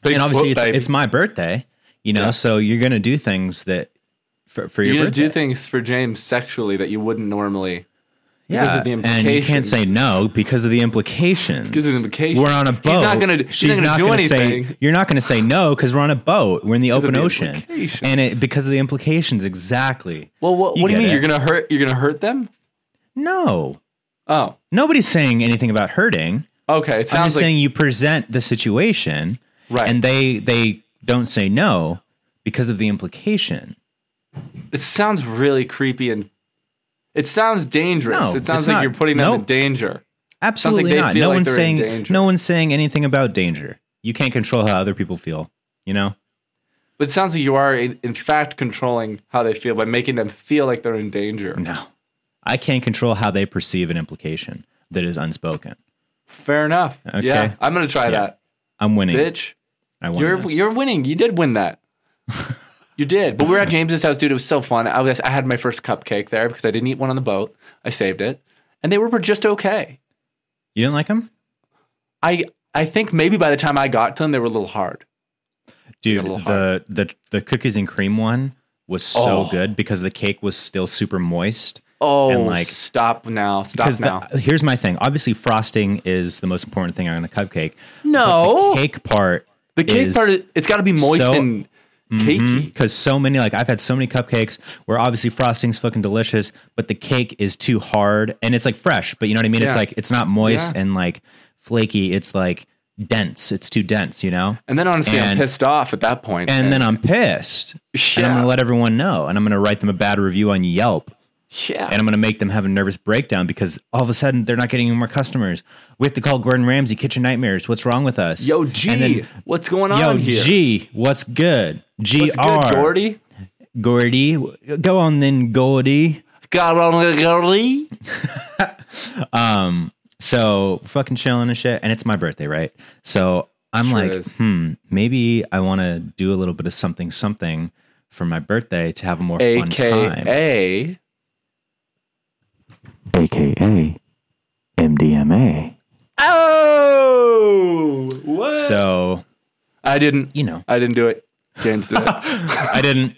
Speaker 1: Bigfoot,
Speaker 2: and obviously, it's,
Speaker 1: baby.
Speaker 2: it's my birthday, you know,
Speaker 1: Yeah.
Speaker 2: so you're gonna do things that for, for your
Speaker 1: you're going to
Speaker 2: birthday.
Speaker 1: do things for James sexually that you wouldn't normally. because
Speaker 2: yeah,
Speaker 1: of the
Speaker 2: and you can't say
Speaker 1: implications.
Speaker 2: no because of the implications.
Speaker 1: Because of the implications.
Speaker 2: we're on a
Speaker 1: He's
Speaker 2: boat.
Speaker 1: not gonna- he's
Speaker 2: She's
Speaker 1: not gonna do
Speaker 2: gonna Say,
Speaker 1: anything.
Speaker 2: you're not gonna say no because we're on a boat. We're in the
Speaker 1: of
Speaker 2: open
Speaker 1: the
Speaker 2: ocean,
Speaker 1: implications.
Speaker 2: and it because of the implications. Exactly.
Speaker 1: Well, what,
Speaker 2: You
Speaker 1: what do you
Speaker 2: get
Speaker 1: mean?
Speaker 2: it.
Speaker 1: You're going to hurt? You're going to hurt them?
Speaker 2: No,
Speaker 1: Oh,
Speaker 2: nobody's saying anything about hurting.
Speaker 1: okay. It
Speaker 2: I'm
Speaker 1: sounds
Speaker 2: just
Speaker 1: like
Speaker 2: saying you present the situation,
Speaker 1: Right.
Speaker 2: And they they don't say no because of the implication.
Speaker 1: it sounds really creepy and it sounds dangerous.
Speaker 2: No,
Speaker 1: it sounds
Speaker 2: it's
Speaker 1: like
Speaker 2: not.
Speaker 1: you're putting them in
Speaker 2: Nope.
Speaker 1: danger.
Speaker 2: Absolutely
Speaker 1: they
Speaker 2: not.
Speaker 1: feel
Speaker 2: No
Speaker 1: like
Speaker 2: one's
Speaker 1: they're
Speaker 2: saying
Speaker 1: in danger.
Speaker 2: no one's saying anything about danger. You can't control how other people feel. You know.
Speaker 1: But it sounds like you are, in, in fact, controlling how they feel by making them feel like they're in danger.
Speaker 2: No. I can't control how they perceive an implication that is unspoken.
Speaker 1: Fair enough.
Speaker 2: Okay.
Speaker 1: Yeah, I'm gonna try that,
Speaker 2: I'm winning.
Speaker 1: bitch.
Speaker 2: I won.
Speaker 1: You're
Speaker 2: this.
Speaker 1: you're winning. You did win <laughs> that. you did. But we were at James's house, dude. It was so fun. I was I had my first cupcake there because I didn't eat one on the boat. I saved it, and they were just okay.
Speaker 2: you didn't like him?
Speaker 1: I I think maybe by the time I got to them, they were a little hard.
Speaker 2: Dude,
Speaker 1: a little
Speaker 2: the, the the cookies and cream one was so
Speaker 1: Oh.
Speaker 2: good because the cake was still super moist.
Speaker 1: Oh,
Speaker 2: And, like-
Speaker 1: stop now, stop
Speaker 2: Because
Speaker 1: now.
Speaker 2: the- here's my thing. Obviously, frosting is the most important thing on a cupcake.
Speaker 1: no,
Speaker 2: Cake part.
Speaker 1: the cake
Speaker 2: is-
Speaker 1: part. It's got to be moist
Speaker 2: so- Mm-hmm.
Speaker 1: and cakey.
Speaker 2: because so many like I've had so many cupcakes where obviously frosting's fucking delicious, but the cake is too hard and it's like fresh, but you know what I mean?
Speaker 1: Yeah.
Speaker 2: It's like it's not moist
Speaker 1: Yeah.
Speaker 2: and like flaky. It's like dense. It's too dense, you know.
Speaker 1: And then honestly, I'm
Speaker 2: And-
Speaker 1: pissed off at that point.
Speaker 2: And then I'm pissed, and I'm
Speaker 1: Yeah.
Speaker 2: gonna let everyone know, and I'm gonna write them a bad review on Yelp,
Speaker 1: yeah,
Speaker 2: and I'm gonna make them have a nervous breakdown because all of a sudden they're not getting any more customers. We have to call Gordon Ramsay Kitchen Nightmares. What's wrong with us?
Speaker 1: yo G,
Speaker 2: And then,
Speaker 1: what's going on
Speaker 2: yo
Speaker 1: here?
Speaker 2: G, what's good? G
Speaker 1: What's good, Gordy?
Speaker 2: Gordy. Go on then, Gordy.
Speaker 1: Got on the Gordy?
Speaker 2: Um, so fucking chilling and shit, and it's my birthday, right? So I'm like,
Speaker 1: is.
Speaker 2: hmm, maybe I want to do a little bit of something, something for my birthday to have a more fun time.
Speaker 1: AKA.
Speaker 2: AKA MDMA.
Speaker 1: Oh, what?
Speaker 2: So
Speaker 1: I didn't.
Speaker 2: you know,
Speaker 1: I didn't do it. James did it.
Speaker 2: <laughs> I didn't.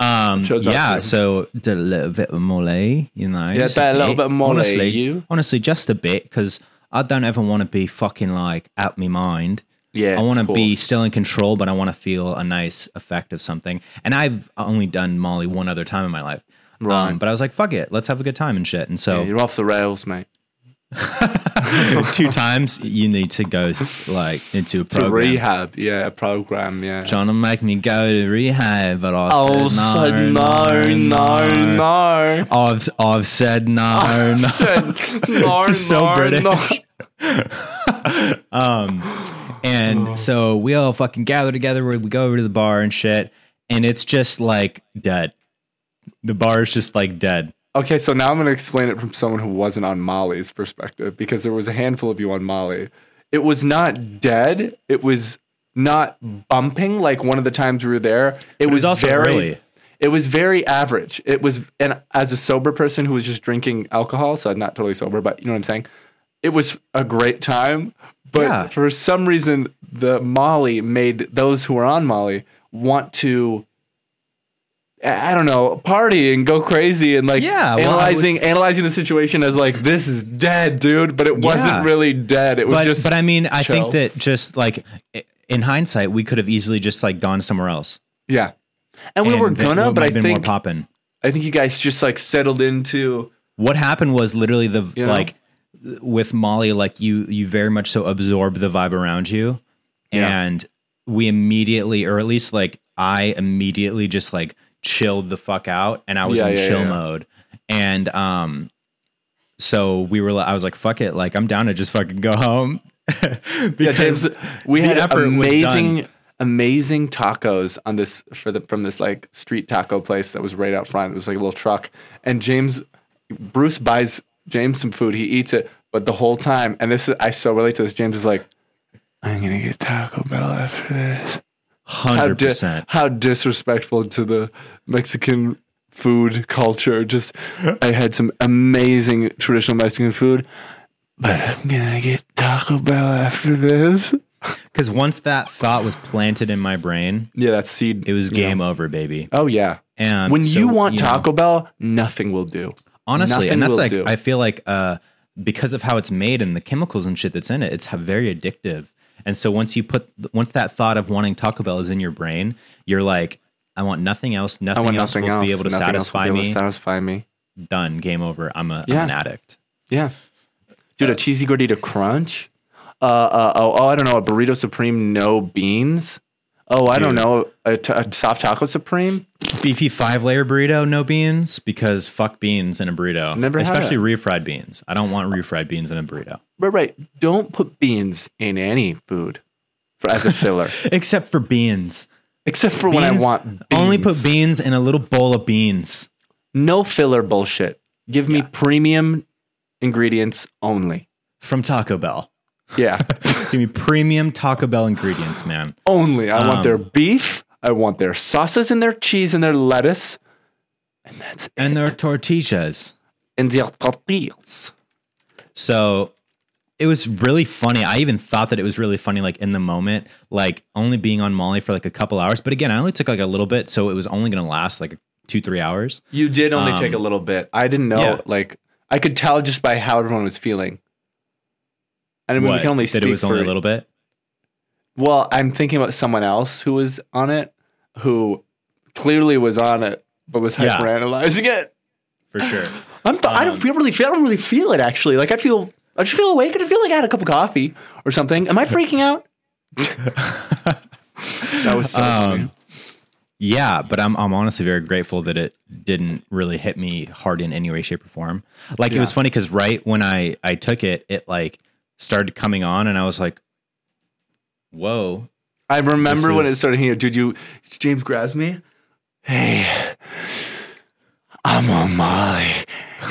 Speaker 2: Um,
Speaker 1: Chose not
Speaker 2: yeah,
Speaker 1: to.
Speaker 2: so did a little bit of mole, you know.
Speaker 1: Yeah,
Speaker 2: just
Speaker 1: did a little bit of mole,
Speaker 2: Honestly,
Speaker 1: you.
Speaker 2: honestly, just a bit, because I don't ever want to be fucking like out me mind.
Speaker 1: Yeah,
Speaker 2: I want
Speaker 1: of
Speaker 2: to
Speaker 1: course.
Speaker 2: be still in control, but I want to feel a nice effect of something. And I've only done Molly one other time in my life. Um,
Speaker 1: Right.
Speaker 2: but I was like, fuck it, let's have a good time and shit. And so
Speaker 1: You're off the rails, mate.
Speaker 2: <laughs> two times you need to go like into a
Speaker 1: To
Speaker 2: program.
Speaker 1: rehab, yeah, a program, yeah.
Speaker 2: Trying to make me go to rehab, but I
Speaker 1: Oh,
Speaker 2: Oh, said no,
Speaker 1: no.
Speaker 2: I've I've said
Speaker 1: <laughs>
Speaker 2: no, no. <laughs>
Speaker 1: Said, no,
Speaker 2: So
Speaker 1: no,
Speaker 2: British. Um,
Speaker 1: no.
Speaker 2: <laughs> And so we all fucking gather together. We we go over to the bar and shit, and it's just like dead. The bar is just like dead.
Speaker 1: Okay, so now I'm going to explain it from someone who wasn't on Molly's perspective because there was a handful of you on Molly. It was not dead. It was not bumping like one of the times we were there. It was,
Speaker 2: was also
Speaker 1: very.
Speaker 2: early.
Speaker 1: It was very average. It was, and as a sober person who was just drinking alcohol, so I'm not totally sober, but you know what I'm saying. It was a great time, but
Speaker 2: Yeah.
Speaker 1: for some reason, the Molly made those who were on Molly want to I don't know, party and go crazy and like
Speaker 2: Yeah, well, I
Speaker 1: analyzing analyzing the situation as like this is dead, dude. But it
Speaker 2: Yeah.
Speaker 1: wasn't really dead. It was
Speaker 2: But
Speaker 1: just
Speaker 2: but I mean, I
Speaker 1: chill.
Speaker 2: think that just like i- in hindsight, we could have easily just like gone somewhere else.
Speaker 1: yeah. And we
Speaker 2: And
Speaker 1: were
Speaker 2: that
Speaker 1: gonna,
Speaker 2: would
Speaker 1: but I
Speaker 2: have been more
Speaker 1: think
Speaker 2: poppin'.
Speaker 1: I think you guys just like settled into
Speaker 2: What happened was literally the
Speaker 1: You know?
Speaker 2: like with Molly, like you you very much so absorb the vibe around you,
Speaker 1: Yeah.
Speaker 2: and we immediately, or at least like I immediately just like chilled the fuck out, and I was
Speaker 1: Yeah,
Speaker 2: in
Speaker 1: yeah,
Speaker 2: chill
Speaker 1: yeah.
Speaker 2: mode, and um, so we were. li- I was like, fuck it, like I'm down to just fucking go home. <laughs>
Speaker 1: yeah, James, we
Speaker 2: the
Speaker 1: had
Speaker 2: effort was
Speaker 1: amazing amazing tacos on this for the from this like street taco place that was right out front. It was like a little truck, and James Bruce buys James some food. He eats it, but the whole time, and this is I so relate to this. James is like, "I'm gonna get Taco Bell after this." How,
Speaker 2: Hundred
Speaker 1: di-
Speaker 2: percent.
Speaker 1: how disrespectful to the Mexican food culture. Just I had some amazing traditional Mexican food, but I'm gonna get Taco Bell after this.
Speaker 2: Because once that thought was planted in my brain,
Speaker 1: Yeah, that's seed.
Speaker 2: it was
Speaker 1: you know.
Speaker 2: game over, baby.
Speaker 1: Oh yeah.
Speaker 2: And um,
Speaker 1: when
Speaker 2: so,
Speaker 1: you want
Speaker 2: know,
Speaker 1: Taco Bell, nothing will do.
Speaker 2: honestly,
Speaker 1: nothing
Speaker 2: and that's
Speaker 1: will
Speaker 2: like
Speaker 1: do.
Speaker 2: I feel like uh, because of how it's made and the chemicals and shit that's in it, it's ha- very addictive. And so once you put once that thought of wanting Taco Bell is in your brain, you're like, I want nothing else. Nothing,
Speaker 1: I want
Speaker 2: else
Speaker 1: nothing
Speaker 2: will
Speaker 1: else.
Speaker 2: be able to
Speaker 1: Nothing else will
Speaker 2: satisfy
Speaker 1: be able
Speaker 2: me.
Speaker 1: to satisfy me.
Speaker 2: Done. Game over. I'm a
Speaker 1: Yeah.
Speaker 2: am an addict.
Speaker 1: Yeah, dude,
Speaker 2: Uh,
Speaker 1: a cheesy gordita crunch. Uh, uh, oh, oh, I don't know. A burrito supreme, no beans. Oh, I don't
Speaker 2: Dude.
Speaker 1: know. A, t- a soft taco supreme.
Speaker 2: Beefy five layer burrito, no beans because fuck beans in a burrito.
Speaker 1: Never had
Speaker 2: especially
Speaker 1: it.
Speaker 2: refried beans. I don't want refried beans in a burrito.
Speaker 1: Right, right. Don't put beans in any food for, as
Speaker 2: <laughs>
Speaker 1: a filler,
Speaker 2: Except for beans.
Speaker 1: except for when I
Speaker 2: Beans-
Speaker 1: want beans.
Speaker 2: Only put beans in a little bowl of beans.
Speaker 1: No filler bullshit. Give me premium ingredients only.
Speaker 2: from Taco Bell. <laughs>
Speaker 1: Yeah,
Speaker 2: Give me premium Taco Bell ingredients, man.
Speaker 1: only. I want their
Speaker 2: Um,
Speaker 1: beef. I want their sauces and their cheese and their lettuce, and that's it.
Speaker 2: And their tortillas.
Speaker 1: and their tortillas.
Speaker 2: So it was really funny. I even thought that it was really funny, like in the moment, like only being on Molly for like a couple hours. But again, I only took like a little bit, so it was only gonna last like two, three hours.
Speaker 1: You did only take
Speaker 2: Um,
Speaker 1: a little bit. I didn't know.
Speaker 2: yeah.
Speaker 1: Like I could tell just by how everyone was feeling. And I mean, we
Speaker 2: What?
Speaker 1: can only speak
Speaker 2: that it was
Speaker 1: for
Speaker 2: only a little bit.
Speaker 1: Well, I'm thinking about someone else who was on it, who clearly was on it, but was
Speaker 2: Yeah.
Speaker 1: hyperanalyzing it.
Speaker 2: For sure.
Speaker 1: I'm, fi- I don't
Speaker 2: Um,
Speaker 1: feel really feel. I don't really feel it actually. Like I feel, I just feel awake. and I feel like I had a cup of coffee or something. Am I freaking out? <laughs> that was so funny.
Speaker 2: Um, yeah, but I'm I'm honestly very grateful that it didn't really hit me hard in any way, shape, or form. Like it was
Speaker 1: Yeah.
Speaker 2: funny because right when I I took it, it like started coming on, and I was like, "Whoa!"
Speaker 1: I remember
Speaker 2: this
Speaker 1: when it
Speaker 2: is-
Speaker 1: started here, dude. You James grabs me. Hey, I'm on Molly,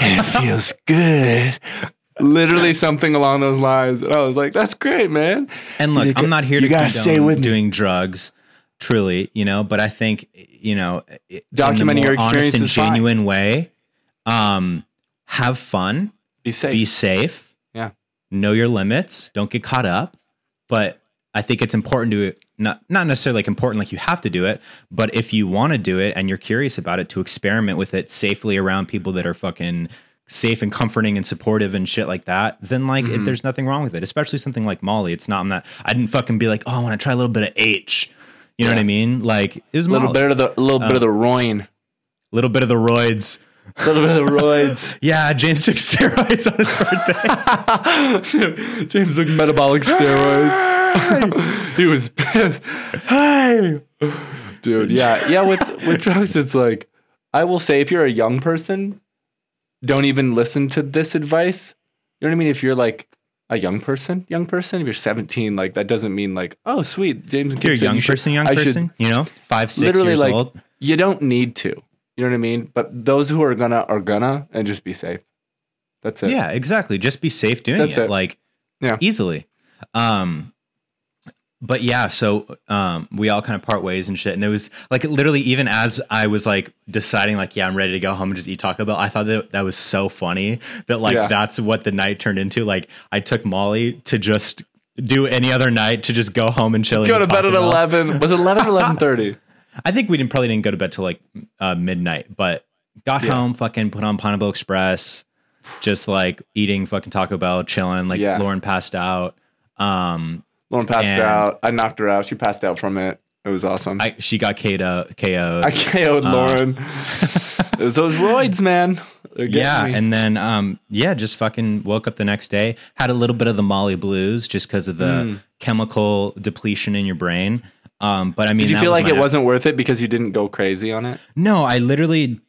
Speaker 1: and it <laughs> feels good. Literally something along those lines, and I was like, "That's great, man."
Speaker 2: And look,
Speaker 1: like,
Speaker 2: I'm not here to
Speaker 1: "You gotta
Speaker 2: condone
Speaker 1: stay with me."
Speaker 2: doing drugs, truly, you know. But I think you know, i- in the
Speaker 1: Documenting your
Speaker 2: more honest
Speaker 1: experience
Speaker 2: and
Speaker 1: is fine.
Speaker 2: genuine way. Um, have fun,
Speaker 1: Be safe.
Speaker 2: be safe.
Speaker 1: Yeah.
Speaker 2: Know your limits. Don't get caught up. But I think it's important to not not necessarily like important like you have to do it, but if you want to do it and you're curious about it, to experiment with it safely around people that are fucking safe and comforting and supportive and shit like that, then like
Speaker 1: Mm-hmm.
Speaker 2: it, there's nothing wrong with it. Especially something like Molly. It's not I'm not I didn't fucking be like, oh, I want to try a little bit of H. You know what I mean? Like it was
Speaker 1: A little
Speaker 2: Molly.
Speaker 1: bit of the a little bit of the roin.
Speaker 2: little bit of the roids.
Speaker 1: A little bit of the roids.
Speaker 2: Yeah, James took <laughs> steroids on his birthday.
Speaker 1: <laughs> James took metabolic steroids. <laughs> he was pissed. Hey, dude. Yeah, yeah. With
Speaker 2: <laughs>
Speaker 1: with drugs, it's like I will say, if you're a young person, don't even listen to this advice. You know what I mean? If you're like a young person, young person, if you're 17, like that doesn't mean like, oh, sweet, James. and
Speaker 2: You're a
Speaker 1: Gibson,
Speaker 2: young
Speaker 1: you should-
Speaker 2: person, young
Speaker 1: I should-
Speaker 2: person, you know, five, six
Speaker 1: Literally,
Speaker 2: years
Speaker 1: like-
Speaker 2: old.
Speaker 1: you don't need to. You know what I mean? But those who are gonna are gonna, and just be safe. That's it.
Speaker 2: Yeah, exactly. Just be safe doing
Speaker 1: That's
Speaker 2: it,
Speaker 1: it.
Speaker 2: like
Speaker 1: Yeah.
Speaker 2: easily. Um, but yeah, so um, we all kind of part ways and shit. And it was like literally, even as I was like deciding, like, yeah, I'm ready to go home and just eat Taco Bell. I thought that that was so funny that like
Speaker 1: Yeah.
Speaker 2: that's what the night turned into. Like, I took Molly to just do any other night to just go home and chill. and
Speaker 1: Go
Speaker 2: eat
Speaker 1: to bed
Speaker 2: Taco
Speaker 1: at
Speaker 2: Bell.
Speaker 1: eleven. Was it eleven or
Speaker 2: <laughs>
Speaker 1: eleven thirty?
Speaker 2: I think we didn't probably didn't go to bed till like uh, midnight, but got
Speaker 1: Yeah.
Speaker 2: home, fucking put on Pineapple Express, just like eating fucking Taco Bell, chilling. Like
Speaker 1: Yeah.
Speaker 2: Lauren passed out. Um,
Speaker 1: Lauren passed
Speaker 2: And-
Speaker 1: out. I knocked her out. She passed out from it. It was awesome.
Speaker 2: I
Speaker 1: I,
Speaker 2: Uh. she got KO'd. KO'd.
Speaker 1: KO'd
Speaker 2: <laughs>
Speaker 1: Lauren. it was those roids, man. They're getting
Speaker 2: yeah,
Speaker 1: me.
Speaker 2: and then um, yeah, just fucking woke up the next day, had a little bit of the Molly blues just because of the
Speaker 1: Hmm.
Speaker 2: chemical depletion in your brain. Um, but I mean,
Speaker 1: did you
Speaker 2: that
Speaker 1: feel like
Speaker 2: my
Speaker 1: it wasn't worth it because you didn't go crazy on it?
Speaker 2: No, I literally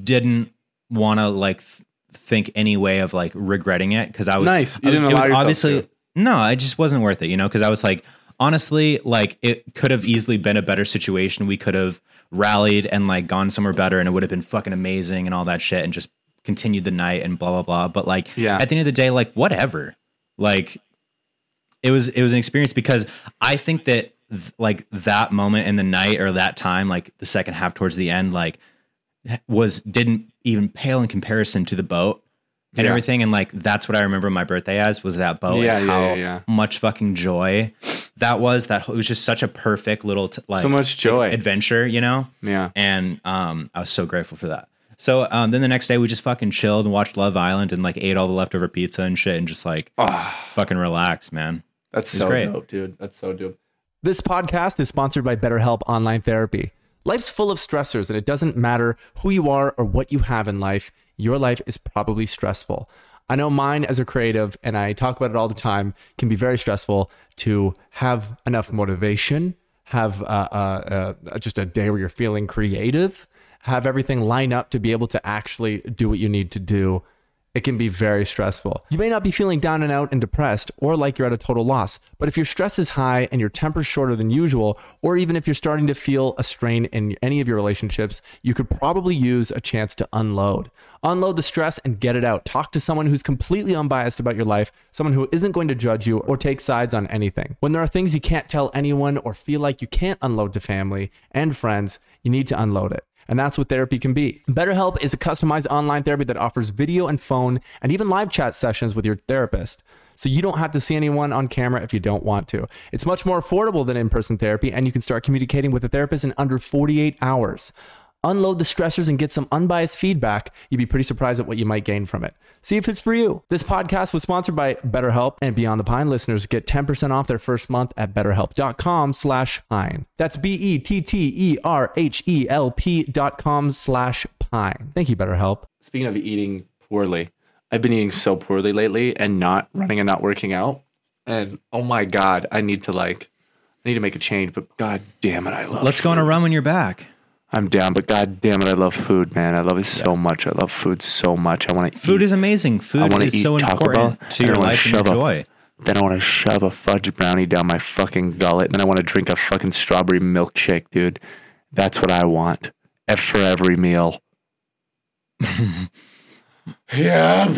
Speaker 2: didn't want to like th- think any way of like regretting it because I was
Speaker 1: Nice. You
Speaker 2: I was-
Speaker 1: didn't
Speaker 2: it
Speaker 1: allow
Speaker 2: was
Speaker 1: yourself
Speaker 2: obviously
Speaker 1: to.
Speaker 2: no, it just wasn't worth it, you know, because I was like honestly, like it could have easily been a better situation. We could have rallied and like gone somewhere better, and it would have been fucking amazing and all that shit, and just continued the night and blah blah blah. But like,
Speaker 1: Yeah.
Speaker 2: at the end of the day, like whatever. Like it was it was an experience because I think that th- like that moment in the night or that time, like the second half towards the end, like was didn't even pale in comparison to the boat and
Speaker 1: Yeah.
Speaker 2: everything. And like that's what I remember my birthday as was that boat.
Speaker 1: Yeah,
Speaker 2: and
Speaker 1: yeah,
Speaker 2: how
Speaker 1: yeah, yeah.
Speaker 2: much fucking joy that was. That whole- it was just such a perfect little t- like
Speaker 1: So much joy.
Speaker 2: adventure, you know.
Speaker 1: Yeah.
Speaker 2: And um, I was so grateful for that. So um, then the next day we just fucking chilled and watched Love Island and like ate all the leftover pizza and shit and just like
Speaker 1: Ah.
Speaker 2: fucking relaxed, man.
Speaker 1: That's so
Speaker 2: great.
Speaker 1: dope, dude. That's so dope.
Speaker 3: This podcast is sponsored by BetterHelp Online Therapy. Life's full of stressors, and it doesn't matter who you are or what you have in life, your life is probably stressful. I know mine as a creative, and I talk about it all the time, can be very stressful to have enough motivation, have uh, uh, uh, just a day where you're feeling creative, have everything line up to be able to actually do what you need to do it can be very stressful. You may not be feeling down and out and depressed or like you're at a total loss, but if your stress is high and your temper's shorter than usual, or even if you're starting to feel a strain in any of your relationships, you could probably use a chance to unload. Unload the stress and get it out. Talk to someone who's completely unbiased about your life, someone who isn't going to judge you or take sides on anything. When there are things you can't tell anyone or feel like you can't unload to family and friends, you need to unload it. And that's what therapy can be. BetterHelp is a customized online therapy that offers video and phone and even live chat sessions with your therapist. So you don't have to see anyone on camera if you don't want to. It's much more affordable than in person therapy, and you can start communicating with a therapist in under 48 hours. Unload the stressors and get some unbiased feedback. You'd be pretty surprised at what you might gain from it. See if it's for you. This podcast was sponsored by BetterHelp, and Beyond the Pine listeners get 10% off their first month at betterhelp.com slash pine. That's E B-E-T-T-E-R-H-E-L-P E dot com slash pine. Thank you, BetterHelp.
Speaker 1: Speaking of eating poorly, I've been eating so poorly lately and not running and not working out. And oh my god, I need to like I need to make a change, but god damn it, I love
Speaker 2: Let's go on a run when you're back.
Speaker 1: I'm down, but god damn it, I love food, man. I love it so much. I love food so much. I want to
Speaker 2: Food
Speaker 1: eat.
Speaker 2: is amazing.
Speaker 1: I
Speaker 2: Food
Speaker 1: want to
Speaker 2: is
Speaker 1: eat
Speaker 2: so
Speaker 1: Taco Bell.
Speaker 2: important to your
Speaker 1: then I wanna
Speaker 2: life and your
Speaker 1: shove a-
Speaker 2: joy.
Speaker 1: Then I want to shove a fudge brownie down my fucking gullet. And then I want to drink a fucking strawberry milkshake, dude. That's what I want ev- for every meal. yeah.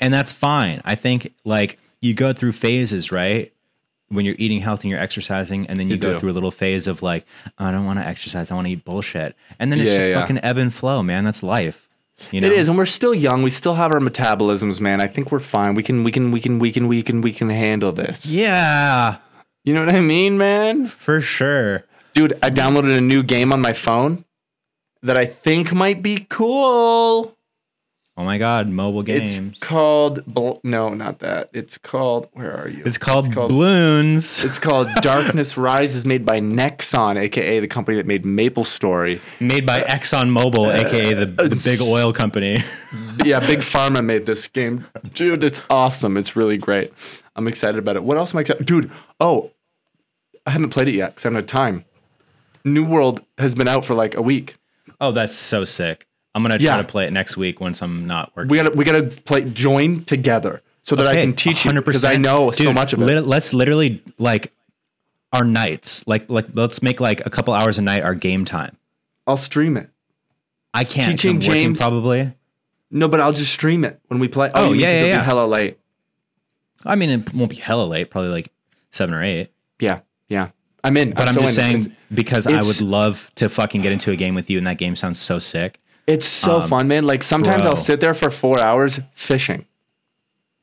Speaker 2: and that's fine. I think like you go through phases, right? When you're eating healthy and you're exercising, and then you,
Speaker 1: You
Speaker 2: go
Speaker 1: do.
Speaker 2: through a little phase of like, I don't want to exercise, I want to eat bullshit, and then it's
Speaker 1: Yeah,
Speaker 2: just
Speaker 1: yeah.
Speaker 2: fucking ebb and flow, man. That's life. You know,
Speaker 1: It is, and we're still young. We still have our metabolisms, man. I think we're fine. We can, we can, we can, we can, we can, we can handle this.
Speaker 2: Yeah,
Speaker 1: You know what I mean, man?
Speaker 2: for sure.
Speaker 1: Dude, I downloaded a new game on my phone that I think might be cool.
Speaker 2: Oh my god, mobile
Speaker 1: It's
Speaker 2: games.
Speaker 1: called Bl- no, not that. It's called where are you?
Speaker 2: It's, called,
Speaker 1: called-
Speaker 2: balloons.
Speaker 1: It's <laughs> called Darkness Rises, made by Nexon, aka the company that made Maple Story.
Speaker 2: made by
Speaker 1: <laughs>
Speaker 2: ExxonMobil, aka the, the big oil company.
Speaker 1: Yeah, Big Pharma made this game. Dude, it's awesome. It's really great. I'm excited about it. What else am I excited? Dude, oh, I haven't played it yet because I haven't had time. New World has been out for like a week.
Speaker 2: oh, that's so sick. I'm gonna try
Speaker 1: Yeah.
Speaker 2: to play it next week once I'm not working.
Speaker 1: We gotta we gotta play join together so that I
Speaker 2: Hey,
Speaker 1: can teach you
Speaker 2: 100%.
Speaker 1: because I know so
Speaker 2: Dude,
Speaker 1: much of it.
Speaker 2: lit- let's literally like our nights, like like let's make like a couple hours a night our game time.
Speaker 1: I'll stream it.
Speaker 2: I can't 'cause
Speaker 1: Teaching
Speaker 2: I'm working
Speaker 1: James-
Speaker 2: probably.
Speaker 1: No, but I'll just stream it when we play.
Speaker 2: Oh,
Speaker 1: you mean
Speaker 2: yeah,
Speaker 1: 'cause
Speaker 2: yeah,
Speaker 1: it'll
Speaker 2: yeah.
Speaker 1: Be hella late.
Speaker 2: I mean, it won't be hella late, probably like seven or eight.
Speaker 1: Yeah, yeah. I'm in.
Speaker 2: But I'm,
Speaker 1: so
Speaker 2: just
Speaker 1: in.
Speaker 2: saying
Speaker 1: It's-
Speaker 2: because I
Speaker 1: it's-
Speaker 2: would love to fucking get into a game with you, and that game sounds so sick.
Speaker 1: It's so fun, man. Like
Speaker 2: Um,
Speaker 1: sometimes
Speaker 2: bro.
Speaker 1: I'll sit there for four hours fishing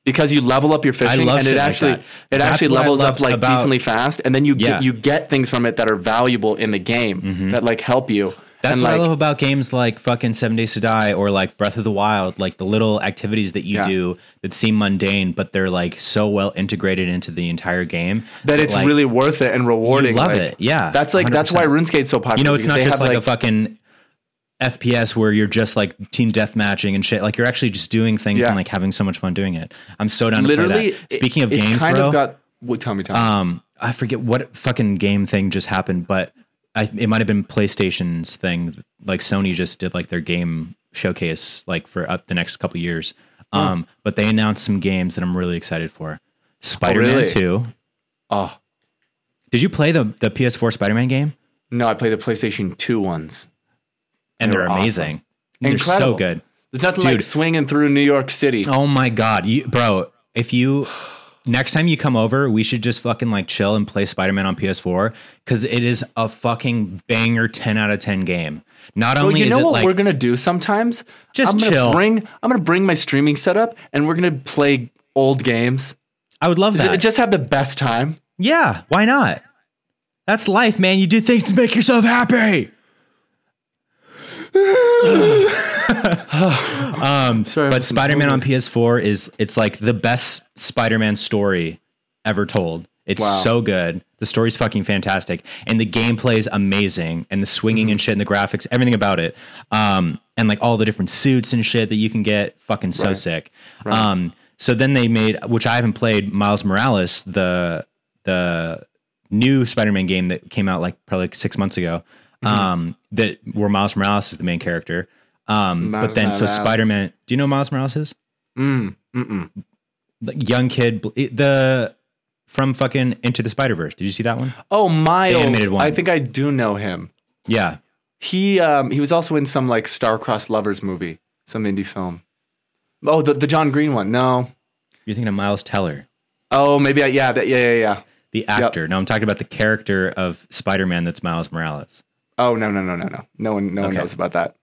Speaker 1: because you level up your fishing
Speaker 2: love
Speaker 1: and
Speaker 2: shit
Speaker 1: it
Speaker 2: like
Speaker 1: actually
Speaker 2: that.
Speaker 1: it
Speaker 2: That's
Speaker 1: actually
Speaker 2: what I
Speaker 1: levels up
Speaker 2: loved
Speaker 1: like
Speaker 2: about-
Speaker 1: decently fast, and then you
Speaker 2: Yeah. Mm-hmm.
Speaker 1: get, you get things from it that are valuable in the game that like help you.
Speaker 2: That's
Speaker 1: and
Speaker 2: what
Speaker 1: like
Speaker 2: I love about games like fucking Seven Days to Die or like Breath of the Wild, like the little activities that you
Speaker 1: Yeah.
Speaker 2: do that seem mundane, but they're like so well integrated into the entire game
Speaker 1: that it's
Speaker 2: like,
Speaker 1: really worth it and rewarding.
Speaker 2: love
Speaker 1: like,
Speaker 2: it. Yeah,
Speaker 1: that's like that's why
Speaker 2: 100%.
Speaker 1: RuneScape's so popular.
Speaker 2: you know it's
Speaker 1: because
Speaker 2: not
Speaker 1: they
Speaker 2: just
Speaker 1: have,
Speaker 2: like, a fucking fps where you're just like team deathmatching and shit like you're actually just doing things
Speaker 1: Yeah.
Speaker 2: and like having so much fun doing it i'm so down
Speaker 1: literally.
Speaker 2: to play that speaking of
Speaker 1: it- it's
Speaker 2: games
Speaker 1: kind
Speaker 2: bro
Speaker 1: of got. What, tell me, tell me.
Speaker 2: um i forget what fucking game thing just happened but I, it might have been playstation's thing like sony just did like their game
Speaker 1: Hmm.
Speaker 2: showcase like for up the next couple years um but they announced some games that i'm really excited for Spider Man
Speaker 1: really?
Speaker 2: 2.
Speaker 1: Oh
Speaker 2: Did you play the, the PS4 Spider Man game?
Speaker 1: no, I play the PlayStation Two ones.
Speaker 2: And
Speaker 1: They
Speaker 2: they're
Speaker 1: were awesome.
Speaker 2: amazing. They're so
Speaker 1: Incredible.
Speaker 2: good.
Speaker 1: There's nothing like
Speaker 2: Dude.
Speaker 1: swinging through New York City.
Speaker 2: Oh my god, you, bro! If you next time you come over, we should just fucking like chill and play Spider Man on PS4 because it is a fucking banger, ten out of ten game. Not
Speaker 1: Well,
Speaker 2: only
Speaker 1: you
Speaker 2: is
Speaker 1: know
Speaker 2: it
Speaker 1: what
Speaker 2: like
Speaker 1: we're gonna do sometimes?
Speaker 2: Just
Speaker 1: I'm gonna
Speaker 2: chill.
Speaker 1: Bring I'm gonna bring my streaming setup, and we're gonna play old games.
Speaker 2: I would love
Speaker 1: J-
Speaker 2: that.
Speaker 1: Just have the best time.
Speaker 2: yeah, why not? That's life, man. You do things to make yourself happy. um,
Speaker 1: Sorry, I'm
Speaker 2: but
Speaker 1: just
Speaker 2: Spider Man on
Speaker 1: hungry.
Speaker 2: PS4 is it's like the best Spider Man story ever told. It's
Speaker 1: Wow.
Speaker 2: so good. The story's fucking fantastic, and the gameplay's amazing, and the swinging and shit, and the graphics, everything about it, um, and like all the different suits and shit that you can get, fucking so sick. Um, so then they made, which I haven't played, Miles Morales, the the new Spider-Man game that came out like probably like six months ago. Um, that where Miles Morales is the main character. Um,
Speaker 1: Miles
Speaker 2: but then so
Speaker 1: Morales.
Speaker 2: Spider-Man. Do you know who Miles Morales is?
Speaker 1: Mm, mm-mm.
Speaker 2: Like, young kid, bl- it- the from fucking Into the Spider Verse. Did you see that one?
Speaker 1: Oh, Miles!
Speaker 2: animated one.
Speaker 1: I think I do know him.
Speaker 2: Yeah,
Speaker 1: He um, he was also in some like star-crossed lovers movie, some indie film. Oh, the, the John Green one. No.
Speaker 2: you're thinking of Miles Teller,
Speaker 1: Oh, maybe I, yeah, that, yeah, yeah, yeah.
Speaker 2: the actor. No, I'm talking about the character of Spider-Man that's Miles Morales.
Speaker 1: Oh no, no, no, no, no. No one, no one
Speaker 2: Okay.
Speaker 1: knows about that.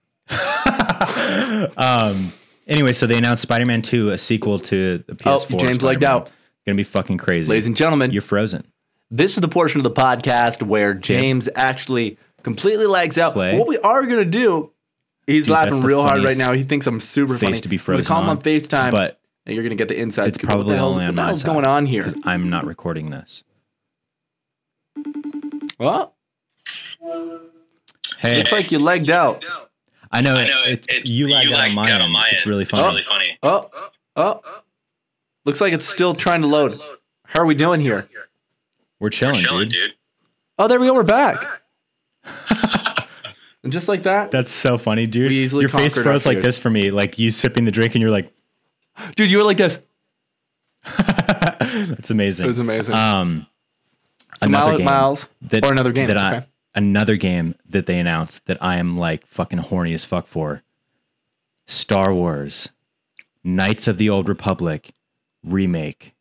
Speaker 2: Um. Anyway, so they announced Spider-Man 2, a sequel to the PS4.
Speaker 1: Oh, James legged
Speaker 2: Spider-Man.
Speaker 1: out.
Speaker 2: Gonna be fucking crazy.
Speaker 1: Ladies and gentlemen,
Speaker 2: you're frozen.
Speaker 1: this is the portion of the podcast where James actually completely lags out.
Speaker 2: Play.
Speaker 1: What we are gonna do, he's laughing
Speaker 2: that's the
Speaker 1: real hard right
Speaker 2: funniest
Speaker 1: now. He thinks I'm super
Speaker 2: face
Speaker 1: funny.
Speaker 2: to be
Speaker 1: I'm gonna
Speaker 2: frozen
Speaker 1: call him on
Speaker 2: on,
Speaker 1: FaceTime,
Speaker 2: but-
Speaker 1: and you're gonna get the inside.
Speaker 2: It's
Speaker 1: scoop. What the
Speaker 2: probably
Speaker 1: hell's-
Speaker 2: only on
Speaker 1: what
Speaker 2: my
Speaker 1: the hell's
Speaker 2: side.
Speaker 1: going on here.
Speaker 2: I'm not recording this.
Speaker 1: Well,
Speaker 2: Hey,
Speaker 1: looks like you legged out.
Speaker 2: I know, it,
Speaker 4: know it-
Speaker 2: it's-
Speaker 4: it-
Speaker 2: you
Speaker 4: you
Speaker 2: lagged out
Speaker 4: lagged
Speaker 2: on my
Speaker 4: out
Speaker 2: end.
Speaker 4: on my
Speaker 2: It's
Speaker 4: end.
Speaker 2: really
Speaker 4: It's
Speaker 2: funny.
Speaker 4: really funny.
Speaker 1: Oh, oh, looks like it's still trying to load. How are we doing here?
Speaker 2: We're chilling,
Speaker 4: Chilling,
Speaker 2: dude.
Speaker 4: dude.
Speaker 1: Oh, there we go.
Speaker 2: <laughs>
Speaker 1: We're back. and just like that,
Speaker 2: That's so funny, dude.
Speaker 1: We easily
Speaker 2: Your face
Speaker 1: conquered our
Speaker 2: froze like
Speaker 1: fears.
Speaker 2: this for me, like you sipping the drink, and you're like, <laughs>
Speaker 1: dude, you were like this.
Speaker 2: "That's amazing."
Speaker 1: It was amazing.
Speaker 2: Um,
Speaker 1: So
Speaker 2: another
Speaker 1: Miles,
Speaker 2: game
Speaker 1: Miles
Speaker 2: that,
Speaker 1: or another game.
Speaker 2: that I,
Speaker 1: Okay.
Speaker 2: another game that they announced that I am like fucking horny as fuck for. Star Wars, Knights of the Old Republic remake.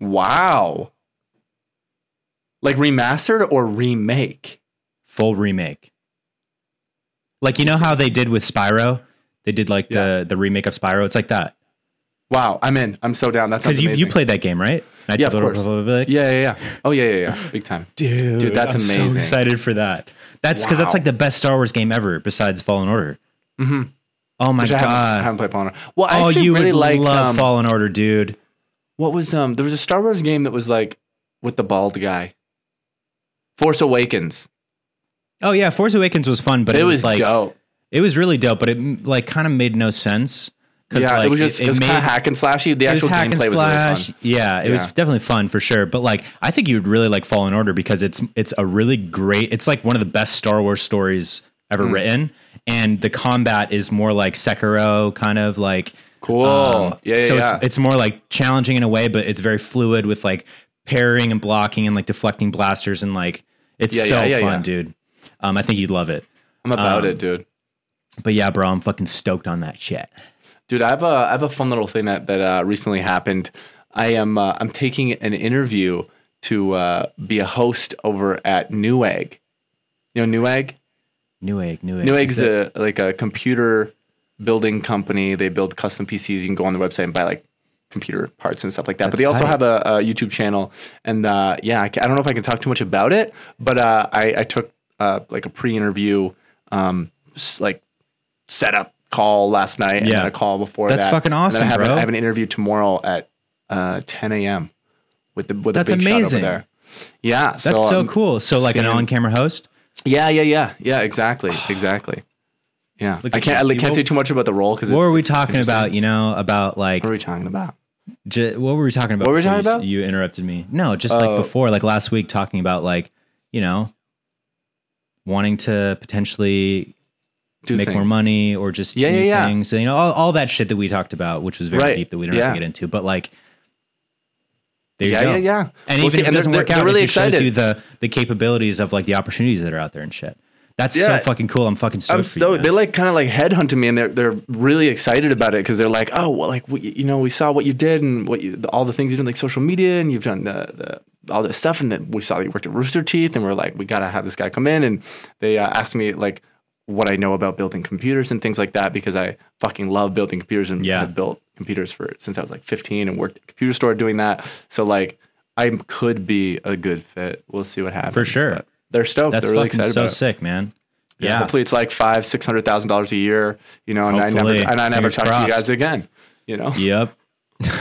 Speaker 1: Wow. Like remastered or remake?
Speaker 2: full remake. Like you know how they did with Spyro, they did like the the remake of Spyro. It's like that
Speaker 1: Wow, I'm in. I'm so down. That's
Speaker 2: because you you played that game right? Knights
Speaker 1: Yeah,
Speaker 2: of the
Speaker 1: of course.
Speaker 2: Republic.
Speaker 1: Yeah, yeah, yeah. Oh yeah, yeah, yeah. Big time.
Speaker 2: dude,
Speaker 1: Dude, that's
Speaker 2: I'm So
Speaker 1: amazing.
Speaker 2: excited for that. That's because that's
Speaker 1: Wow.
Speaker 2: like the best Star Wars game ever, besides Fallen Order.
Speaker 1: Mm-hmm.
Speaker 2: Oh my
Speaker 1: Which I, haven't, I
Speaker 2: god!
Speaker 1: haven't played Fallen Order. Well, I
Speaker 2: Oh,
Speaker 1: actually
Speaker 2: you
Speaker 1: really
Speaker 2: would
Speaker 1: like
Speaker 2: love
Speaker 1: um,
Speaker 2: Fallen Order, dude.
Speaker 1: what was um. There was a Star Wars game that was like with the bald guy. Force Awakens.
Speaker 2: Oh yeah, Force Awakens was fun, but
Speaker 1: It,
Speaker 2: it,
Speaker 1: was
Speaker 2: like
Speaker 1: dope.
Speaker 2: it was really dope, but it like kind of made no sense. 'cause,
Speaker 1: Yeah, it
Speaker 2: like,
Speaker 1: was just it, was kind of hack and slashy. The
Speaker 2: It was
Speaker 1: actual
Speaker 2: hack and
Speaker 1: gameplay was really
Speaker 2: slash.
Speaker 1: fun.
Speaker 2: Yeah, it was
Speaker 1: Yeah.
Speaker 2: definitely fun for sure. But like, I think you would really like Fallen Order because it's it's a really great. It's like one of the best Star Wars stories ever
Speaker 1: Hmm.
Speaker 2: written, and the combat is more like Sekiro, kind of like um,
Speaker 1: Cool. yeah, yeah,
Speaker 2: so
Speaker 1: yeah.
Speaker 2: It's, it's more like challenging in a way, but it's very fluid with like parrying and blocking and like deflecting blasters and like it's
Speaker 1: Yeah,
Speaker 2: so
Speaker 1: yeah, yeah,
Speaker 2: fun,
Speaker 1: yeah.
Speaker 2: dude. Um, I think you'd love it.
Speaker 1: I'm about
Speaker 2: um,
Speaker 1: it, dude.
Speaker 2: But yeah, bro, I'm fucking stoked on that shit.
Speaker 1: Dude, I have a I have a fun little thing that that uh, recently happened. I am uh, I'm taking an interview to uh, be a host over at Newegg. You know Newegg?
Speaker 2: Newegg, Newegg,
Speaker 1: Newegg's
Speaker 2: Is it-
Speaker 1: a like a computer building company. They build custom PCs. You can go on their website and buy like computer parts and stuff like that. but
Speaker 2: That's
Speaker 1: they also
Speaker 2: tight.
Speaker 1: have a, a YouTube channel. And uh, yeah, I, ca- I don't know if I can talk too much about it, but uh, I, I took uh, like a pre-interview um, s- like setup call last night and
Speaker 2: Yeah.
Speaker 1: then a call before
Speaker 2: That's
Speaker 1: that.
Speaker 2: fucking
Speaker 1: And then
Speaker 2: awesome,
Speaker 1: I have, a-
Speaker 2: bro.
Speaker 1: I have an interview tomorrow at uh, 10 a.m. with the with
Speaker 2: That's
Speaker 1: the big shot over
Speaker 2: amazing.
Speaker 1: there. Yeah,
Speaker 2: That's so,
Speaker 1: um,
Speaker 2: cool. So like an
Speaker 1: seeing-
Speaker 2: on-camera host.
Speaker 1: yeah, yeah, yeah, yeah.
Speaker 2: <sighs>
Speaker 1: Exactly, exactly. Yeah,
Speaker 2: Look
Speaker 1: I
Speaker 2: at
Speaker 1: can't. I
Speaker 2: you.
Speaker 1: like, can't
Speaker 2: What-
Speaker 1: say too much about the role because
Speaker 2: What were we talking about? You know, about like
Speaker 1: What are we talking about?
Speaker 2: j- what were we talking about?
Speaker 1: What were we
Speaker 2: before
Speaker 1: talking
Speaker 2: you,
Speaker 1: about?
Speaker 2: You interrupted me. No, just
Speaker 1: Oh.
Speaker 2: like before, like last week, talking about like you know wanting to potentially
Speaker 1: Do
Speaker 2: make more
Speaker 1: things.
Speaker 2: money or just
Speaker 1: Yeah,
Speaker 2: do
Speaker 1: yeah, yeah.
Speaker 2: things. You know, all, all that shit that we talked about, which was very
Speaker 1: Right.
Speaker 2: deep that we don't have
Speaker 1: Yeah.
Speaker 2: to get into. But like, There you
Speaker 1: Yeah,
Speaker 2: go.
Speaker 1: yeah, yeah.
Speaker 2: And even
Speaker 1: Well, see,
Speaker 2: if it
Speaker 1: and
Speaker 2: doesn't
Speaker 1: they're-
Speaker 2: work
Speaker 1: they're
Speaker 2: out,
Speaker 1: really
Speaker 2: it just shows
Speaker 1: excited.
Speaker 2: you the the capabilities of like the opportunities that are out there and shit. That's
Speaker 1: Yeah.
Speaker 2: so fucking cool. I'm fucking stoked.
Speaker 1: I'm
Speaker 2: for you,
Speaker 1: stoked.
Speaker 2: man.
Speaker 1: They like kind of like headhunted me, and they're they're really excited about it because they're like, oh, well, like we, you know, we saw what you did and what you, the, all the things you did, like social media, and you've done the, the all this stuff, and then we saw you worked at Rooster Teeth, and we're like, we gotta have this guy come in, and they uh, asked me like what I know about building computers and things like that because I fucking love building computers and
Speaker 2: Yeah.
Speaker 1: have built computers for since I was like 15 and worked at a computer store doing that. So like I could be a good fit. We'll see what happens.
Speaker 2: sure.
Speaker 1: But They're stoked.
Speaker 2: That's
Speaker 1: they're really
Speaker 2: fucking
Speaker 1: excited
Speaker 2: so
Speaker 1: about it.
Speaker 2: sick, man.
Speaker 1: Yeah.
Speaker 2: Yeah.
Speaker 1: Hopefully it's like five, six hundred thousand dollars a year, you know, and I never
Speaker 2: Hopefully.
Speaker 1: and I never
Speaker 2: Fingers
Speaker 1: talk to you
Speaker 2: crossed.
Speaker 1: guys again. You know?
Speaker 2: Yep. <laughs>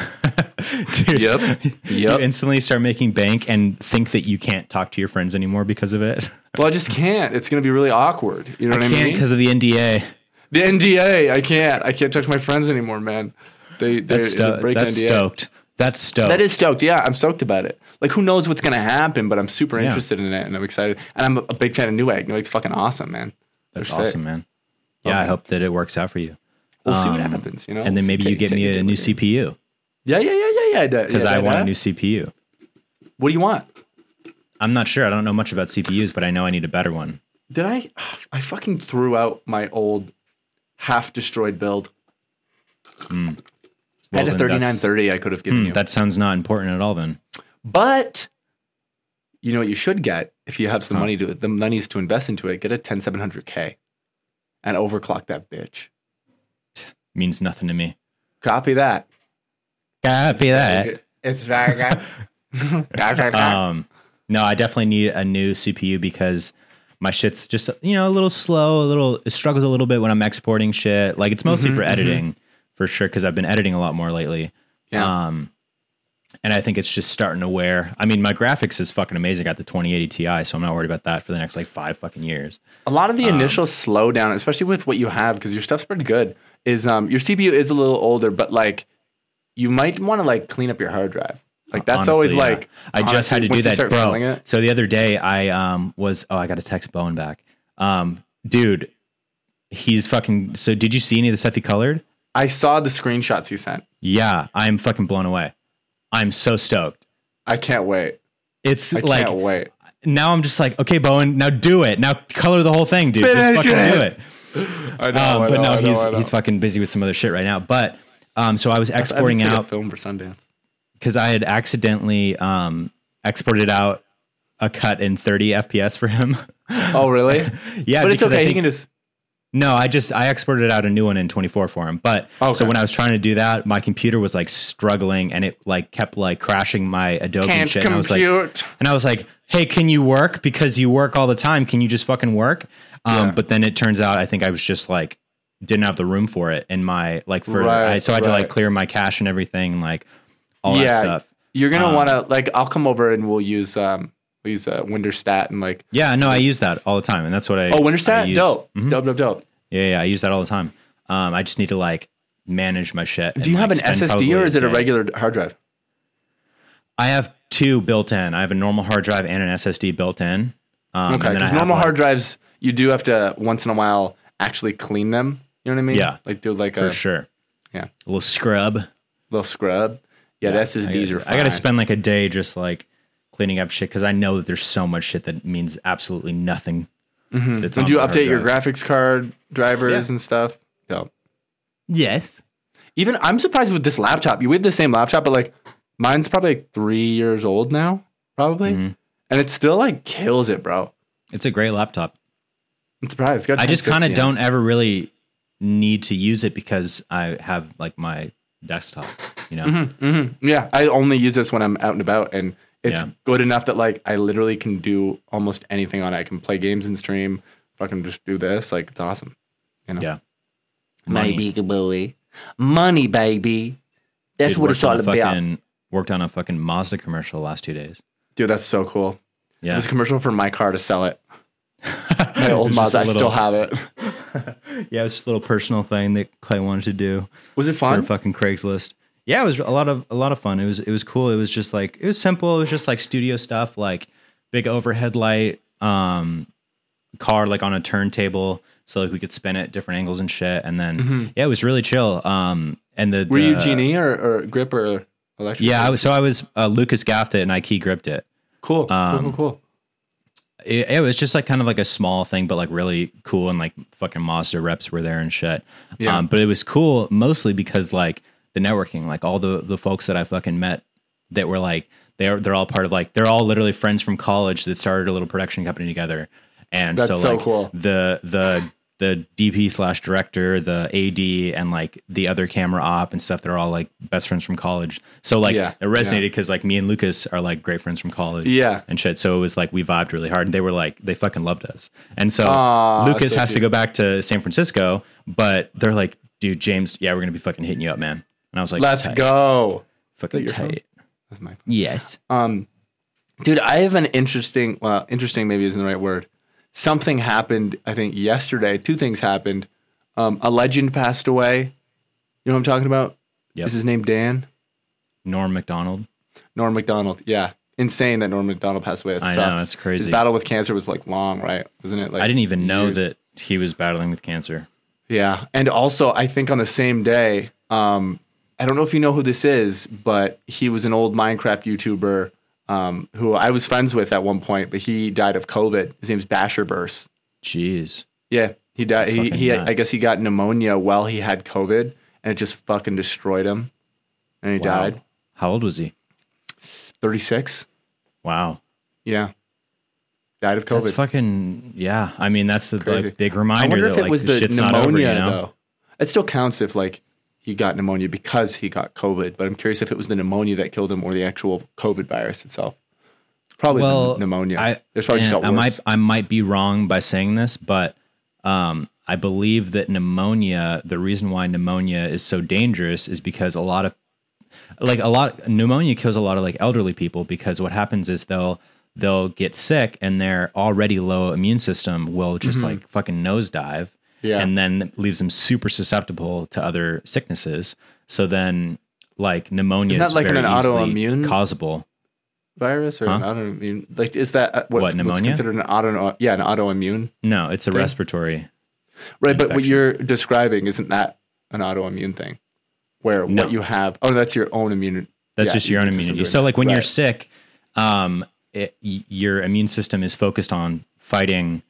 Speaker 2: Dude,
Speaker 1: Yep. Yep.
Speaker 2: You instantly start making bank and think that you can't talk to your friends anymore because of it.
Speaker 1: Well, I just can't. It's gonna be really awkward. You know
Speaker 2: I
Speaker 1: what I
Speaker 2: can't
Speaker 1: mean?
Speaker 2: because of the NDA.
Speaker 1: The NDA, I can't. I can't talk to my friends anymore, man. They they
Speaker 2: That's,
Speaker 1: they
Speaker 2: sto-
Speaker 1: break
Speaker 2: that's
Speaker 1: NDA.
Speaker 2: stoked. That's stoked.
Speaker 1: That is stoked. Yeah, I'm stoked about it. Like, who knows what's gonna happen? But I'm super
Speaker 2: Yeah.
Speaker 1: interested in it, and I'm excited. And I'm a big fan of Newegg. Newegg's fucking awesome, man.
Speaker 2: That's
Speaker 1: They're sick.
Speaker 2: awesome, man. Yeah, I hope that it works out for you.
Speaker 1: We'll see what
Speaker 2: Um,
Speaker 1: happens. You know,
Speaker 2: And then maybe you
Speaker 1: Take-
Speaker 2: get
Speaker 1: take
Speaker 2: me
Speaker 1: it
Speaker 2: a
Speaker 1: day
Speaker 2: new
Speaker 1: by day.
Speaker 2: CPU
Speaker 1: Yeah, yeah, yeah, yeah, yeah.
Speaker 2: because I want
Speaker 1: yeah.
Speaker 2: a new CPU.
Speaker 1: What do you want?
Speaker 2: I'm not sure. I don't know much about CPUs, but I know I need a better one.
Speaker 1: Did I? I fucking threw out my old half destroyed build.
Speaker 2: Hmm. Well,
Speaker 1: At a
Speaker 2: then
Speaker 1: thirty nine
Speaker 2: that's-
Speaker 1: thirty, I could have given
Speaker 2: Hmm,
Speaker 1: you.
Speaker 2: That sounds not important at all then.
Speaker 1: But you know what you should get if you have some money to the monies to invest into it. Get a ten seven hundred K, and overclock that bitch.
Speaker 2: Means nothing to me.
Speaker 1: Copy that.
Speaker 2: Copy that.
Speaker 1: It's very
Speaker 2: <laughs>
Speaker 1: good.
Speaker 2: Um, no, I definitely need a new CPU because my shit's just you know a little slow, a little it struggles a little bit when I'm exporting shit. Like it's mostly
Speaker 1: Mm-hmm,
Speaker 2: for editing for sure because I've been editing a lot more lately.
Speaker 1: Yeah.
Speaker 2: Um, and I think it's just starting to wear. I mean, my graphics is fucking amazing. I got the 2080 Ti, so I'm not worried about that for the next like five fucking years.
Speaker 1: a lot of the
Speaker 2: Um,
Speaker 1: initial slowdown, especially with what you have, because your stuff's pretty good, is um your CPU is a little older, but like you might want to like clean up your hard drive. Like that's
Speaker 2: Honestly,
Speaker 1: always
Speaker 2: yeah.
Speaker 1: like
Speaker 2: I just
Speaker 1: honestly,
Speaker 2: had to do
Speaker 1: once you
Speaker 2: that,
Speaker 1: start
Speaker 2: bro.
Speaker 1: feeling it-
Speaker 2: So the other day, I um was oh I got to text Bowen back, um dude, he's fucking. So did you see any of the stuff he colored?
Speaker 1: I saw the screenshots you sent.
Speaker 2: Yeah, I'm fucking blown away. I'm so stoked.
Speaker 1: I can't wait.
Speaker 2: It's
Speaker 1: I
Speaker 2: like
Speaker 1: can't wait.
Speaker 2: now I'm just like, okay, Bowen, now do it. Now color the whole thing, dude. Just
Speaker 1: Finish
Speaker 2: fucking
Speaker 1: it.
Speaker 2: do it.
Speaker 1: I know,
Speaker 2: Um,
Speaker 1: I
Speaker 2: but
Speaker 1: know, I
Speaker 2: no,
Speaker 1: know,
Speaker 2: he's
Speaker 1: I know.
Speaker 2: he's fucking busy with some other shit right now. But um, so I was
Speaker 1: I haven't
Speaker 2: exporting
Speaker 1: seen a
Speaker 2: out
Speaker 1: film for Sundance.
Speaker 2: because I had accidentally um exported out a cut in 30 FPS for him. <laughs>
Speaker 1: Oh really?
Speaker 2: yeah,
Speaker 1: but it's
Speaker 2: because I
Speaker 1: okay. He
Speaker 2: think-
Speaker 1: can just.
Speaker 2: No, I just I exported out a new one in 24 for him. But
Speaker 1: Okay.
Speaker 2: so when I was trying to do that, my computer was like struggling and it like kept like crashing my Adobe and
Speaker 1: Can't
Speaker 2: shit. And I was like, and I was like, "Hey, can you work? Because you work all the time. Can you just fucking work?" Um,
Speaker 1: Yeah.
Speaker 2: But then it turns out I think I was just like didn't have the room for it in my like for
Speaker 1: Right,
Speaker 2: I, so I had to
Speaker 1: right.
Speaker 2: like clear my cache and everything like all that
Speaker 1: yeah,
Speaker 2: stuff.
Speaker 1: you're gonna
Speaker 2: Um,
Speaker 1: want to like. I'll come over and we'll use um we'll use uh, Winterstat and like.
Speaker 2: Yeah, no, I use that all the time, and that's what I
Speaker 1: Oh,
Speaker 2: I
Speaker 1: Winterstat,
Speaker 2: use. Mm-hmm.
Speaker 1: dope, dope, dope, dope.
Speaker 2: Yeah, yeah, I use that all the time. Um, I just need to like manage my shit.
Speaker 1: Do you have an SSD or is it a regular hard drive?
Speaker 2: I have two built in. I have a normal hard drive and an SSD built in. Um,
Speaker 1: Okay, because normal hard drives, you do have to once in a while actually clean them. You know what I mean?
Speaker 2: Yeah.
Speaker 1: like do like
Speaker 2: for
Speaker 1: a
Speaker 2: sure.
Speaker 1: yeah.
Speaker 2: a little scrub.
Speaker 1: little scrub. Yeah, the SSDs are.
Speaker 2: I
Speaker 1: Fine.
Speaker 2: gotta spend like a day just like cleaning up shit because I know that there's so much shit that means absolutely nothing. That's
Speaker 1: Did
Speaker 2: on
Speaker 1: Mm-hmm. you
Speaker 2: my hard
Speaker 1: update your
Speaker 2: drive.
Speaker 1: graphics card drivers
Speaker 2: Yeah.
Speaker 1: and stuff? No.
Speaker 2: Yes.
Speaker 1: Even I'm surprised with this laptop. You we have the same laptop, but like mine's probably like three years old now, probably,
Speaker 2: Mm-hmm.
Speaker 1: and it still like kills it, bro.
Speaker 2: It's a great laptop.
Speaker 1: I'm surprised. It's got
Speaker 2: I just kind of
Speaker 1: 1060 on it.
Speaker 2: don't ever really need to use it because I have like my desktop, you know?
Speaker 1: Mm-hmm. Yeah, I only use this when I'm out and about, and it's
Speaker 2: Yeah.
Speaker 1: good enough that like I literally can do almost anything on it. I can play games and stream. Fucking just do this. Like it's awesome.
Speaker 2: Yeah.
Speaker 1: My big boy, money, baby. That's
Speaker 2: Dude, worked on a fucking- Worked on a fucking Mazda commercial last two days.
Speaker 1: Dude, that's so cool.
Speaker 2: Yeah.
Speaker 1: There's a commercial for my car to
Speaker 2: <laughs>
Speaker 1: sell it. My old
Speaker 2: It was just
Speaker 1: Mazda,
Speaker 2: a
Speaker 1: I
Speaker 2: little-
Speaker 1: still have
Speaker 2: <laughs>
Speaker 1: it.
Speaker 2: Yeah, it was just a little personal thing that Clay wanted to do.
Speaker 1: Was it
Speaker 2: for
Speaker 1: fun?
Speaker 2: fucking Craigslist. Yeah, it was a lot of a lot of fun. It was it was cool. It was just like it was simple. It was just like studio stuff, like big overhead light, um, car like on a turntable, so like we could spin it different angles and shit. And then yeah, it was really chill. Um, and the
Speaker 1: Mm-hmm. Were you
Speaker 2: the-
Speaker 1: Genie or, or Grip or Electric.
Speaker 2: Yeah, I was, so I was uh, Lucas gaffed it and I key gripped it.
Speaker 1: Cool.
Speaker 2: Um,
Speaker 1: cool. Cool. Cool.
Speaker 2: it. It was just like kind of like a small thing, but like really cool and like fucking Mazda reps were there and shit.
Speaker 1: Yeah.
Speaker 2: Um, but it was cool mostly because like the networking, like all the the folks that I fucking met that were like they're they're all part of like they're all literally friends from college that started a little production company together. And
Speaker 1: That's
Speaker 2: so,
Speaker 1: so
Speaker 2: like
Speaker 1: cool.
Speaker 2: the the the DP slash director, the AD, and like the other camera op and stuff. They're all like best friends from college. So like
Speaker 1: Yeah,
Speaker 2: it resonated because like me and Lucas are like great friends from college.
Speaker 1: Yeah.
Speaker 2: and shit. So it was like we vibed really hard, and they were like they fucking loved us. And so
Speaker 1: Aw,
Speaker 2: Lucas
Speaker 1: so
Speaker 2: has to go back to San Francisco, but they're like, dude, James, yeah, we're gonna be fucking hitting you up, man. And I was like,
Speaker 1: Let's
Speaker 2: tight,
Speaker 1: go.
Speaker 2: fucking
Speaker 1: Is that your
Speaker 2: tight.
Speaker 1: That's my.
Speaker 2: Yes.
Speaker 1: Um, dude, I have an interesting. Well, interesting maybe isn't the right word. Something happened. I think yesterday. Two things happened. Um, a legend passed away. You know what I'm talking about?
Speaker 2: Yep.
Speaker 1: Is his name Dan?
Speaker 2: Norm Macdonald.
Speaker 1: Norm McDonald. Yeah. Insane that Norm McDonald passed away. That
Speaker 2: I know,
Speaker 1: sucks.
Speaker 2: that's crazy.
Speaker 1: His battle with cancer was like long, right? Wasn't it? Like
Speaker 2: I didn't even know
Speaker 1: years.
Speaker 2: that he was battling with cancer.
Speaker 1: Yeah. And also, I think on the same day, um, I don't know if you know who this is, but he was an old Minecraft YouTuber um, who I was friends with at one point, but he died of COVID. His name's Basher Burst.
Speaker 2: Jeez.
Speaker 1: Yeah. He died.
Speaker 2: That's
Speaker 1: He,
Speaker 2: fucking
Speaker 1: he I
Speaker 2: nuts.
Speaker 1: guess he got pneumonia while he had COVID and it just fucking destroyed him. And he
Speaker 2: Wow.
Speaker 1: died.
Speaker 2: How old was he?
Speaker 1: 36.
Speaker 2: Wow.
Speaker 1: Yeah. Died of COVID.
Speaker 2: That's fucking yeah. I mean, that's the
Speaker 1: Crazy.
Speaker 2: like, big
Speaker 1: I
Speaker 2: reminder
Speaker 1: wonder
Speaker 2: that
Speaker 1: if it
Speaker 2: like
Speaker 1: was the
Speaker 2: shit's
Speaker 1: pneumonia
Speaker 2: not over. You know?
Speaker 1: though. It still counts if like he got pneumonia because he got COVID, but I'm curious if it was the pneumonia that killed him or the actual COVID virus itself. Probably the
Speaker 2: Well,
Speaker 1: pneumonia.
Speaker 2: I,
Speaker 1: There's probably just
Speaker 2: and
Speaker 1: got worse.
Speaker 2: I might I might be wrong by saying this, but um, I believe that pneumonia. The reason why pneumonia is so dangerous is because a lot of like a lot pneumonia kills a lot of like elderly people because what happens is they'll they'll get sick and their already low immune system will just like fucking nosedive
Speaker 1: Mm-hmm. Yeah.
Speaker 2: and then leaves them super susceptible to other sicknesses so then like pneumonia
Speaker 1: Isn't that
Speaker 2: is
Speaker 1: like
Speaker 2: very
Speaker 1: an
Speaker 2: easily
Speaker 1: autoimmune-
Speaker 2: causable
Speaker 1: virus or an
Speaker 2: Huh?
Speaker 1: autoimmune? Like, is that uh, what,
Speaker 2: What,
Speaker 1: what's
Speaker 2: pneumonia?
Speaker 1: considered an auto? Yeah, an autoimmune.
Speaker 2: no it's a respiratory
Speaker 1: Right, but what
Speaker 2: Infection.
Speaker 1: you're describing isn't that an autoimmune thing, where
Speaker 2: No.
Speaker 1: what you have? Oh, that's your own immune.
Speaker 2: That's
Speaker 1: yeah,
Speaker 2: just your own
Speaker 1: system
Speaker 2: immunity.
Speaker 1: doing
Speaker 2: So,
Speaker 1: that.
Speaker 2: like when you're
Speaker 1: Right.
Speaker 2: sick, um, it, y- your immune system is focused on fighting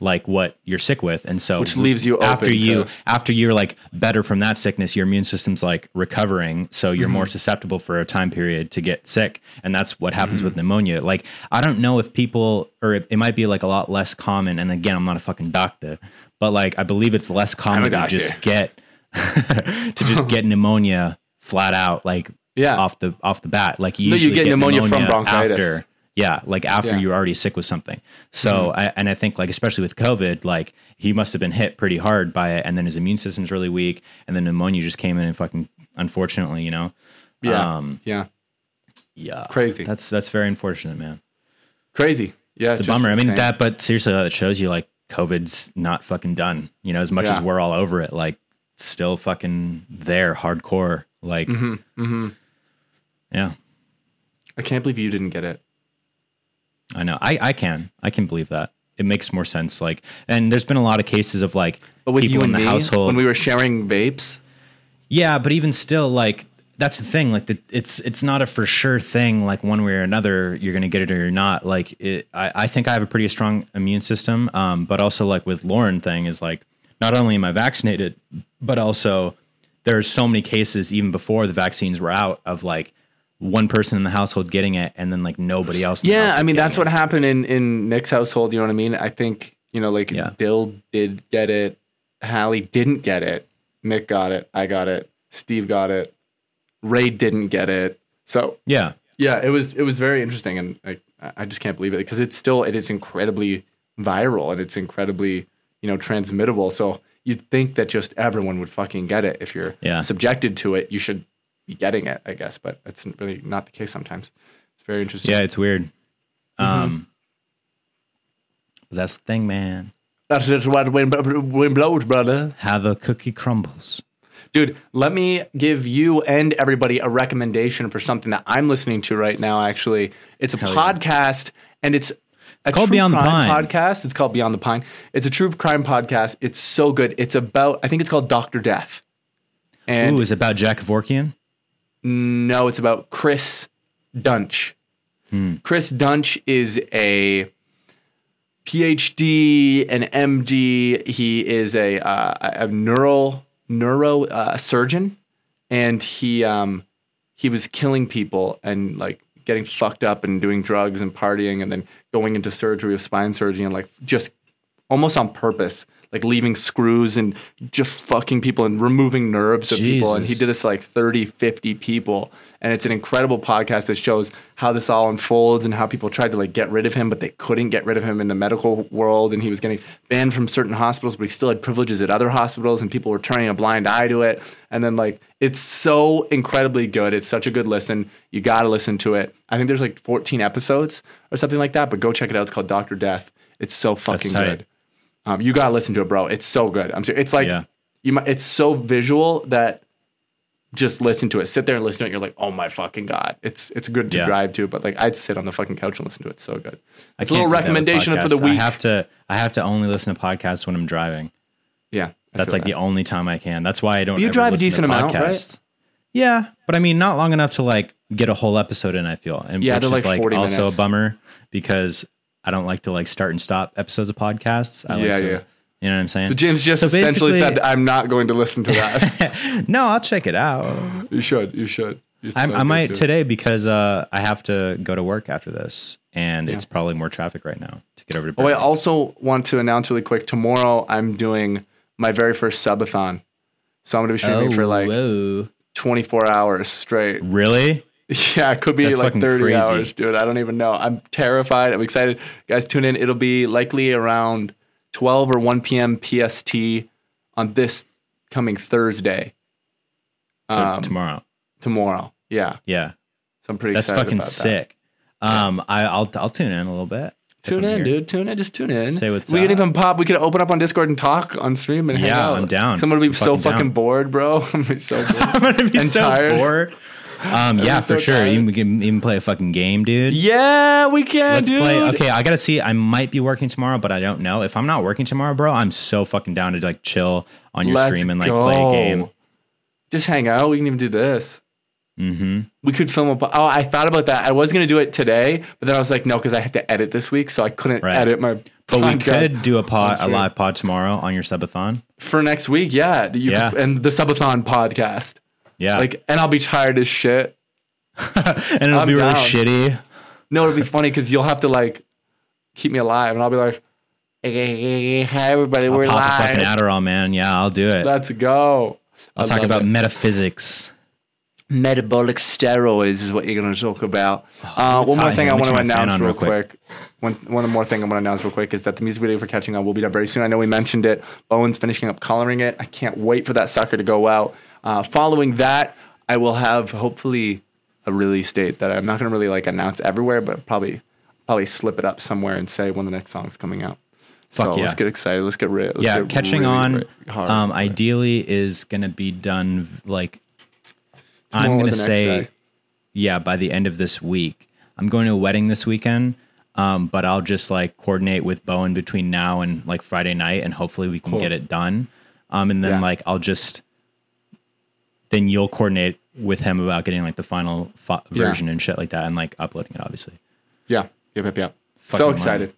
Speaker 2: like what you're sick with, and so
Speaker 1: Mm-hmm. Which leaves you
Speaker 2: after
Speaker 1: open
Speaker 2: you
Speaker 1: to-
Speaker 2: after you're like better from that sickness, your immune system's like recovering, so
Speaker 1: Mm-hmm.
Speaker 2: you're more susceptible for a time period to get sick, and that's what happens with
Speaker 1: Mm-hmm.
Speaker 2: pneumonia. Like I don't know if people or it, it might be like a lot less common. And again, I'm not a fucking doctor, but like I believe it's less common to
Speaker 1: doctor.
Speaker 2: just get <laughs> to just get pneumonia flat out like
Speaker 1: Yeah.
Speaker 2: off the off the bat. Like you
Speaker 1: No, you
Speaker 2: usually
Speaker 1: get pneumonia from bronchitis.
Speaker 2: after yeah, like after
Speaker 1: Yeah. Mm-hmm.
Speaker 2: you're already sick with something. So I, and I think like especially with COVID, like he must have been hit pretty hard by it, and then his immune system's really weak, and then pneumonia just came in and fucking unfortunately, you know.
Speaker 1: Yeah,
Speaker 2: Um,
Speaker 1: yeah,
Speaker 2: yeah.
Speaker 1: crazy,
Speaker 2: That's that's very unfortunate, man.
Speaker 1: crazy. Yeah,
Speaker 2: It's a bummer. I mean that, but seriously, that shows you like COVID's not fucking done. You know, as much
Speaker 1: Yeah.
Speaker 2: as we're all over it, like still fucking there, hardcore. Like,
Speaker 1: Mm-hmm,
Speaker 2: yeah,
Speaker 1: I can't believe you didn't get it.
Speaker 2: I know. I I can I can believe that. It makes more sense. Like, and there's been a lot of cases of like
Speaker 1: But with
Speaker 2: people
Speaker 1: you
Speaker 2: in
Speaker 1: and
Speaker 2: the
Speaker 1: me,
Speaker 2: household
Speaker 1: when we were sharing vapes,
Speaker 2: Yeah, but even still, like that's the thing. Like the, it's it's not a for sure thing. Like one way or another, you're gonna get it or you're not. Like it, I, I think I have a pretty strong immune system. Um, but also like with Lauren thing is like not only am I vaccinated, but also there's so many cases even before the vaccines were out of like one person in the household getting it and then like nobody else. In the
Speaker 1: Yeah, I
Speaker 2: household
Speaker 1: mean
Speaker 2: getting
Speaker 1: that's what happened in in Nick's household. You know what I mean? I think you know, like
Speaker 2: Yeah.
Speaker 1: Bill did get it, Hallie didn't get it, Nick got it, I got it, Steve got it, Ray didn't get it. So
Speaker 2: it. yeah.
Speaker 1: yeah, it was it was very interesting, and I I just can't believe it because it's still it is incredibly viral and it's incredibly you know transmittable. So you'd think that just everyone would fucking get it if you're
Speaker 2: Yeah.
Speaker 1: subjected to it. You should be getting it, I guess, but that's really not the case sometimes. It's very interesting.
Speaker 2: Yeah, it's weird.
Speaker 1: Mm-hmm.
Speaker 2: Um, but that's the thing, man.
Speaker 1: That's just what wind, wind blows, brother.
Speaker 2: How the cookie crumbles.
Speaker 1: Dude, let me give you and everybody a recommendation for something that I'm listening to right now, actually. It's a podcast, and it's, a
Speaker 2: called
Speaker 1: true
Speaker 2: Beyond the
Speaker 1: crime
Speaker 2: Pine.
Speaker 1: podcast. It's called Beyond the Pine. It's a true crime podcast. It's so good. It's about, I think it's called Dr. Death. And
Speaker 2: Ooh, is it about Jack Vorkian?
Speaker 1: No, it's about Chris Dunch. Chris Dunch is a PhD, an MD. He is a uh, a neural neuro uh, surgeon, and he um he was killing people and like getting fucked up and doing drugs and partying and then going into surgery with spine surgery and like just almost on purpose like leaving screws and just fucking people and removing nerves of people and he
Speaker 2: Jesus.
Speaker 1: did this to, like 30 50 people and it's an incredible podcast that shows how this all unfolds and how people tried to like get rid of him but they couldn't get rid of him in the medical world and he was getting banned from certain hospitals but he still had privileges at other hospitals and people were turning a blind eye to it and then like it's so incredibly good it's such a good listen you got to listen to it i think there's like 14 episodes or something like that but go check it out it's called Doctor Death it's so fucking
Speaker 2: tight.
Speaker 1: good um, you gotta listen to it, bro. It's so good. I'm serious. It's like
Speaker 2: Yeah.
Speaker 1: you might. It's so visual that just listen to it. Sit there and listen to it. You're like, oh my fucking god. It's it's good to
Speaker 2: Yeah.
Speaker 1: drive to, but like I'd sit on the fucking couch and listen to it. It's so good.
Speaker 2: I
Speaker 1: It's
Speaker 2: can't
Speaker 1: a little
Speaker 2: do that with
Speaker 1: recommendation for the
Speaker 2: podcasts.
Speaker 1: week.
Speaker 2: I have to. I have to only listen to podcasts when I'm driving.
Speaker 1: yeah, I
Speaker 2: That's
Speaker 1: feel
Speaker 2: like
Speaker 1: that.
Speaker 2: the only time I can. That's why I don't.
Speaker 1: you
Speaker 2: ever
Speaker 1: drive a
Speaker 2: listen to
Speaker 1: decent amount, right?
Speaker 2: podcasts. Yeah, but I mean, not long enough to like get a whole episode in. I feel, and
Speaker 1: Yeah,
Speaker 2: which
Speaker 1: they're
Speaker 2: is
Speaker 1: like 40
Speaker 2: also
Speaker 1: minutes.
Speaker 2: a bummer because I don't like to like start and stop episodes of podcasts. I
Speaker 1: Yeah,
Speaker 2: like to,
Speaker 1: yeah.
Speaker 2: You know what I'm saying?
Speaker 1: So James just
Speaker 2: So
Speaker 1: essentially
Speaker 2: basically-
Speaker 1: said, I'm not going to listen to that. <laughs>
Speaker 2: no, I'll check it
Speaker 1: <sighs>
Speaker 2: out.
Speaker 1: you should. You should. It's
Speaker 2: I,
Speaker 1: so
Speaker 2: I
Speaker 1: good,
Speaker 2: might
Speaker 1: dude.
Speaker 2: today because uh, I have to go to work after this, and it's probably more traffic right now to get over to.
Speaker 1: Oh, I
Speaker 2: Burbank.
Speaker 1: also want to announce really quick. Tomorrow, I'm doing my very first subathon, so I'm going to be streaming
Speaker 2: Oh,
Speaker 1: for like
Speaker 2: whoa.
Speaker 1: 24 hours straight.
Speaker 2: really?
Speaker 1: <laughs> Yeah, it could be
Speaker 2: That's
Speaker 1: like
Speaker 2: fucking
Speaker 1: 30
Speaker 2: crazy.
Speaker 1: hours, dude. I don't even know. I'm terrified. I'm excited. Guys, tune in. It'll be likely around 12 or 1 p.m. PST on this coming Thursday.
Speaker 2: So
Speaker 1: um,
Speaker 2: tomorrow,
Speaker 1: tomorrow. Yeah.
Speaker 2: yeah,
Speaker 1: So I'm pretty
Speaker 2: that's
Speaker 1: excited.
Speaker 2: fucking
Speaker 1: about that.
Speaker 2: sick. Um, I, I'll I'll tune in a little bit. if
Speaker 1: Tune
Speaker 2: I'm
Speaker 1: in,
Speaker 2: here.
Speaker 1: dude. Tune in. Just tune in.
Speaker 2: Say what's
Speaker 1: we can
Speaker 2: up.
Speaker 1: even pop. We could open up on Discord and talk on stream and hang
Speaker 2: Yeah,
Speaker 1: out.
Speaker 2: I'm down.
Speaker 1: Someone will be
Speaker 2: I'm
Speaker 1: so
Speaker 2: fucking
Speaker 1: fucking
Speaker 2: down.
Speaker 1: bored, bro. <laughs> I'm gonna be so
Speaker 2: <laughs> I'm <laughs>
Speaker 1: bored.
Speaker 2: gonna be
Speaker 1: And
Speaker 2: so
Speaker 1: tired.
Speaker 2: bored. Um, yeah,
Speaker 1: so
Speaker 2: for sure.
Speaker 1: tired.
Speaker 2: Even, we can even play a fucking game, dude.
Speaker 1: yeah, we can,
Speaker 2: Let's
Speaker 1: dude.
Speaker 2: play. Okay, I gotta see. I might be working tomorrow, but I don't know. If I'm not working tomorrow, bro, I'm so fucking down to like chill on your
Speaker 1: Let's
Speaker 2: stream and like play a
Speaker 1: go.
Speaker 2: game.
Speaker 1: Just hang out. We can even do this.
Speaker 2: Mm-hmm.
Speaker 1: we could film a po- oh i thought about that i was going to do it today but then i was like no because i had to edit this week so i couldn't
Speaker 2: Right.
Speaker 1: edit my
Speaker 2: But we
Speaker 1: podcast
Speaker 2: could do a pod,
Speaker 1: That's
Speaker 2: a
Speaker 1: true.
Speaker 2: live pod tomorrow on your subathon.
Speaker 1: for next week yeah, that you-
Speaker 2: Yeah.
Speaker 1: and the subathon podcast
Speaker 2: Yeah,
Speaker 1: like and i'll be tired as shit
Speaker 2: <laughs> and it'll
Speaker 1: I'm
Speaker 2: be really
Speaker 1: down.
Speaker 2: shitty.
Speaker 1: no it'll be funny because you'll have to like keep me alive and i'll be like hey everybody we're
Speaker 2: Pop a fucking
Speaker 1: live
Speaker 2: Adderall, man. Yeah, I'll do it.
Speaker 1: let's go
Speaker 2: I'll
Speaker 1: I
Speaker 2: talk
Speaker 1: love
Speaker 2: about
Speaker 1: it.
Speaker 2: metaphysics.
Speaker 1: metabolic steroids is what you're going to talk about. Uh,
Speaker 2: hot
Speaker 1: one more
Speaker 2: in
Speaker 1: thing
Speaker 2: here.
Speaker 1: I
Speaker 2: Let me
Speaker 1: want to
Speaker 2: turn my fan
Speaker 1: announce
Speaker 2: on
Speaker 1: real
Speaker 2: real quick.
Speaker 1: quick. One, one more thing I want to announce real quick is that the music video for Catching On will be done very soon. I know we mentioned it. Bowen's finishing up coloring it. I can't wait for that sucker to go out. Uh, following that, I will have hopefully a release date that I'm not going to really like announce everywhere, but probably probably slip it up somewhere and say when the next song's coming out. so
Speaker 2: yeah.
Speaker 1: let's get excited. Let's get real.
Speaker 2: Yeah, catching on.
Speaker 1: hard.
Speaker 2: um, ideally is gonna be done v- like
Speaker 1: Tomorrow
Speaker 2: I'm
Speaker 1: or
Speaker 2: gonna
Speaker 1: the next
Speaker 2: say
Speaker 1: day.
Speaker 2: yeah by the end of this week. I'm going to a wedding this weekend, um, but I'll just like coordinate with Bowen between now and like Friday night, and hopefully we can get it done. Um, and then
Speaker 1: Yeah.
Speaker 2: like I'll just then you'll coordinate with him about getting like the final fo-
Speaker 1: Yeah.
Speaker 2: version and shit like that, and like uploading it obviously.
Speaker 1: Yeah. Yep. Yep. Yep.
Speaker 2: Fucking
Speaker 1: So
Speaker 2: money.
Speaker 1: excited.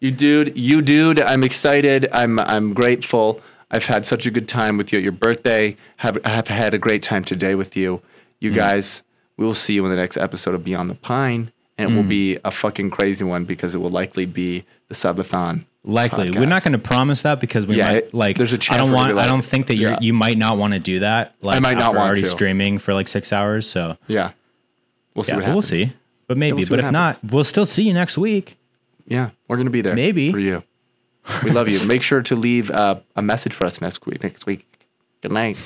Speaker 1: You dude, you dude, I'm excited. I'm I'm grateful. I've had such a good time with you at your birthday. Have have had a great time today with you. You
Speaker 2: Mm.
Speaker 1: guys, we will see you in the next episode of Beyond the Pine. And it
Speaker 2: Mm.
Speaker 1: will be a fucking crazy one because it will likely be the subathon.
Speaker 2: Likely,
Speaker 1: podcast.
Speaker 2: we're not going to promise that because we
Speaker 1: Yeah,
Speaker 2: might
Speaker 1: it-
Speaker 2: like.
Speaker 1: there's a chance
Speaker 2: I don't
Speaker 1: we're
Speaker 2: want.
Speaker 1: gonna be like,
Speaker 2: I don't think that you
Speaker 1: yeah.
Speaker 2: are you might not want to do that. Like,
Speaker 1: might not
Speaker 2: after
Speaker 1: want
Speaker 2: already
Speaker 1: to.
Speaker 2: streaming for like six hours. So
Speaker 1: Yeah. We'll see
Speaker 2: yeah,
Speaker 1: what
Speaker 2: but we'll
Speaker 1: happens.
Speaker 2: see. But maybe,
Speaker 1: see
Speaker 2: but
Speaker 1: what
Speaker 2: if not, we'll still see you next week.
Speaker 1: Yeah. We're gonna be there.
Speaker 2: Maybe.
Speaker 1: for you.
Speaker 2: <laughs>
Speaker 1: We love you. Make sure to leave uh, a message for us next week next week. Good night.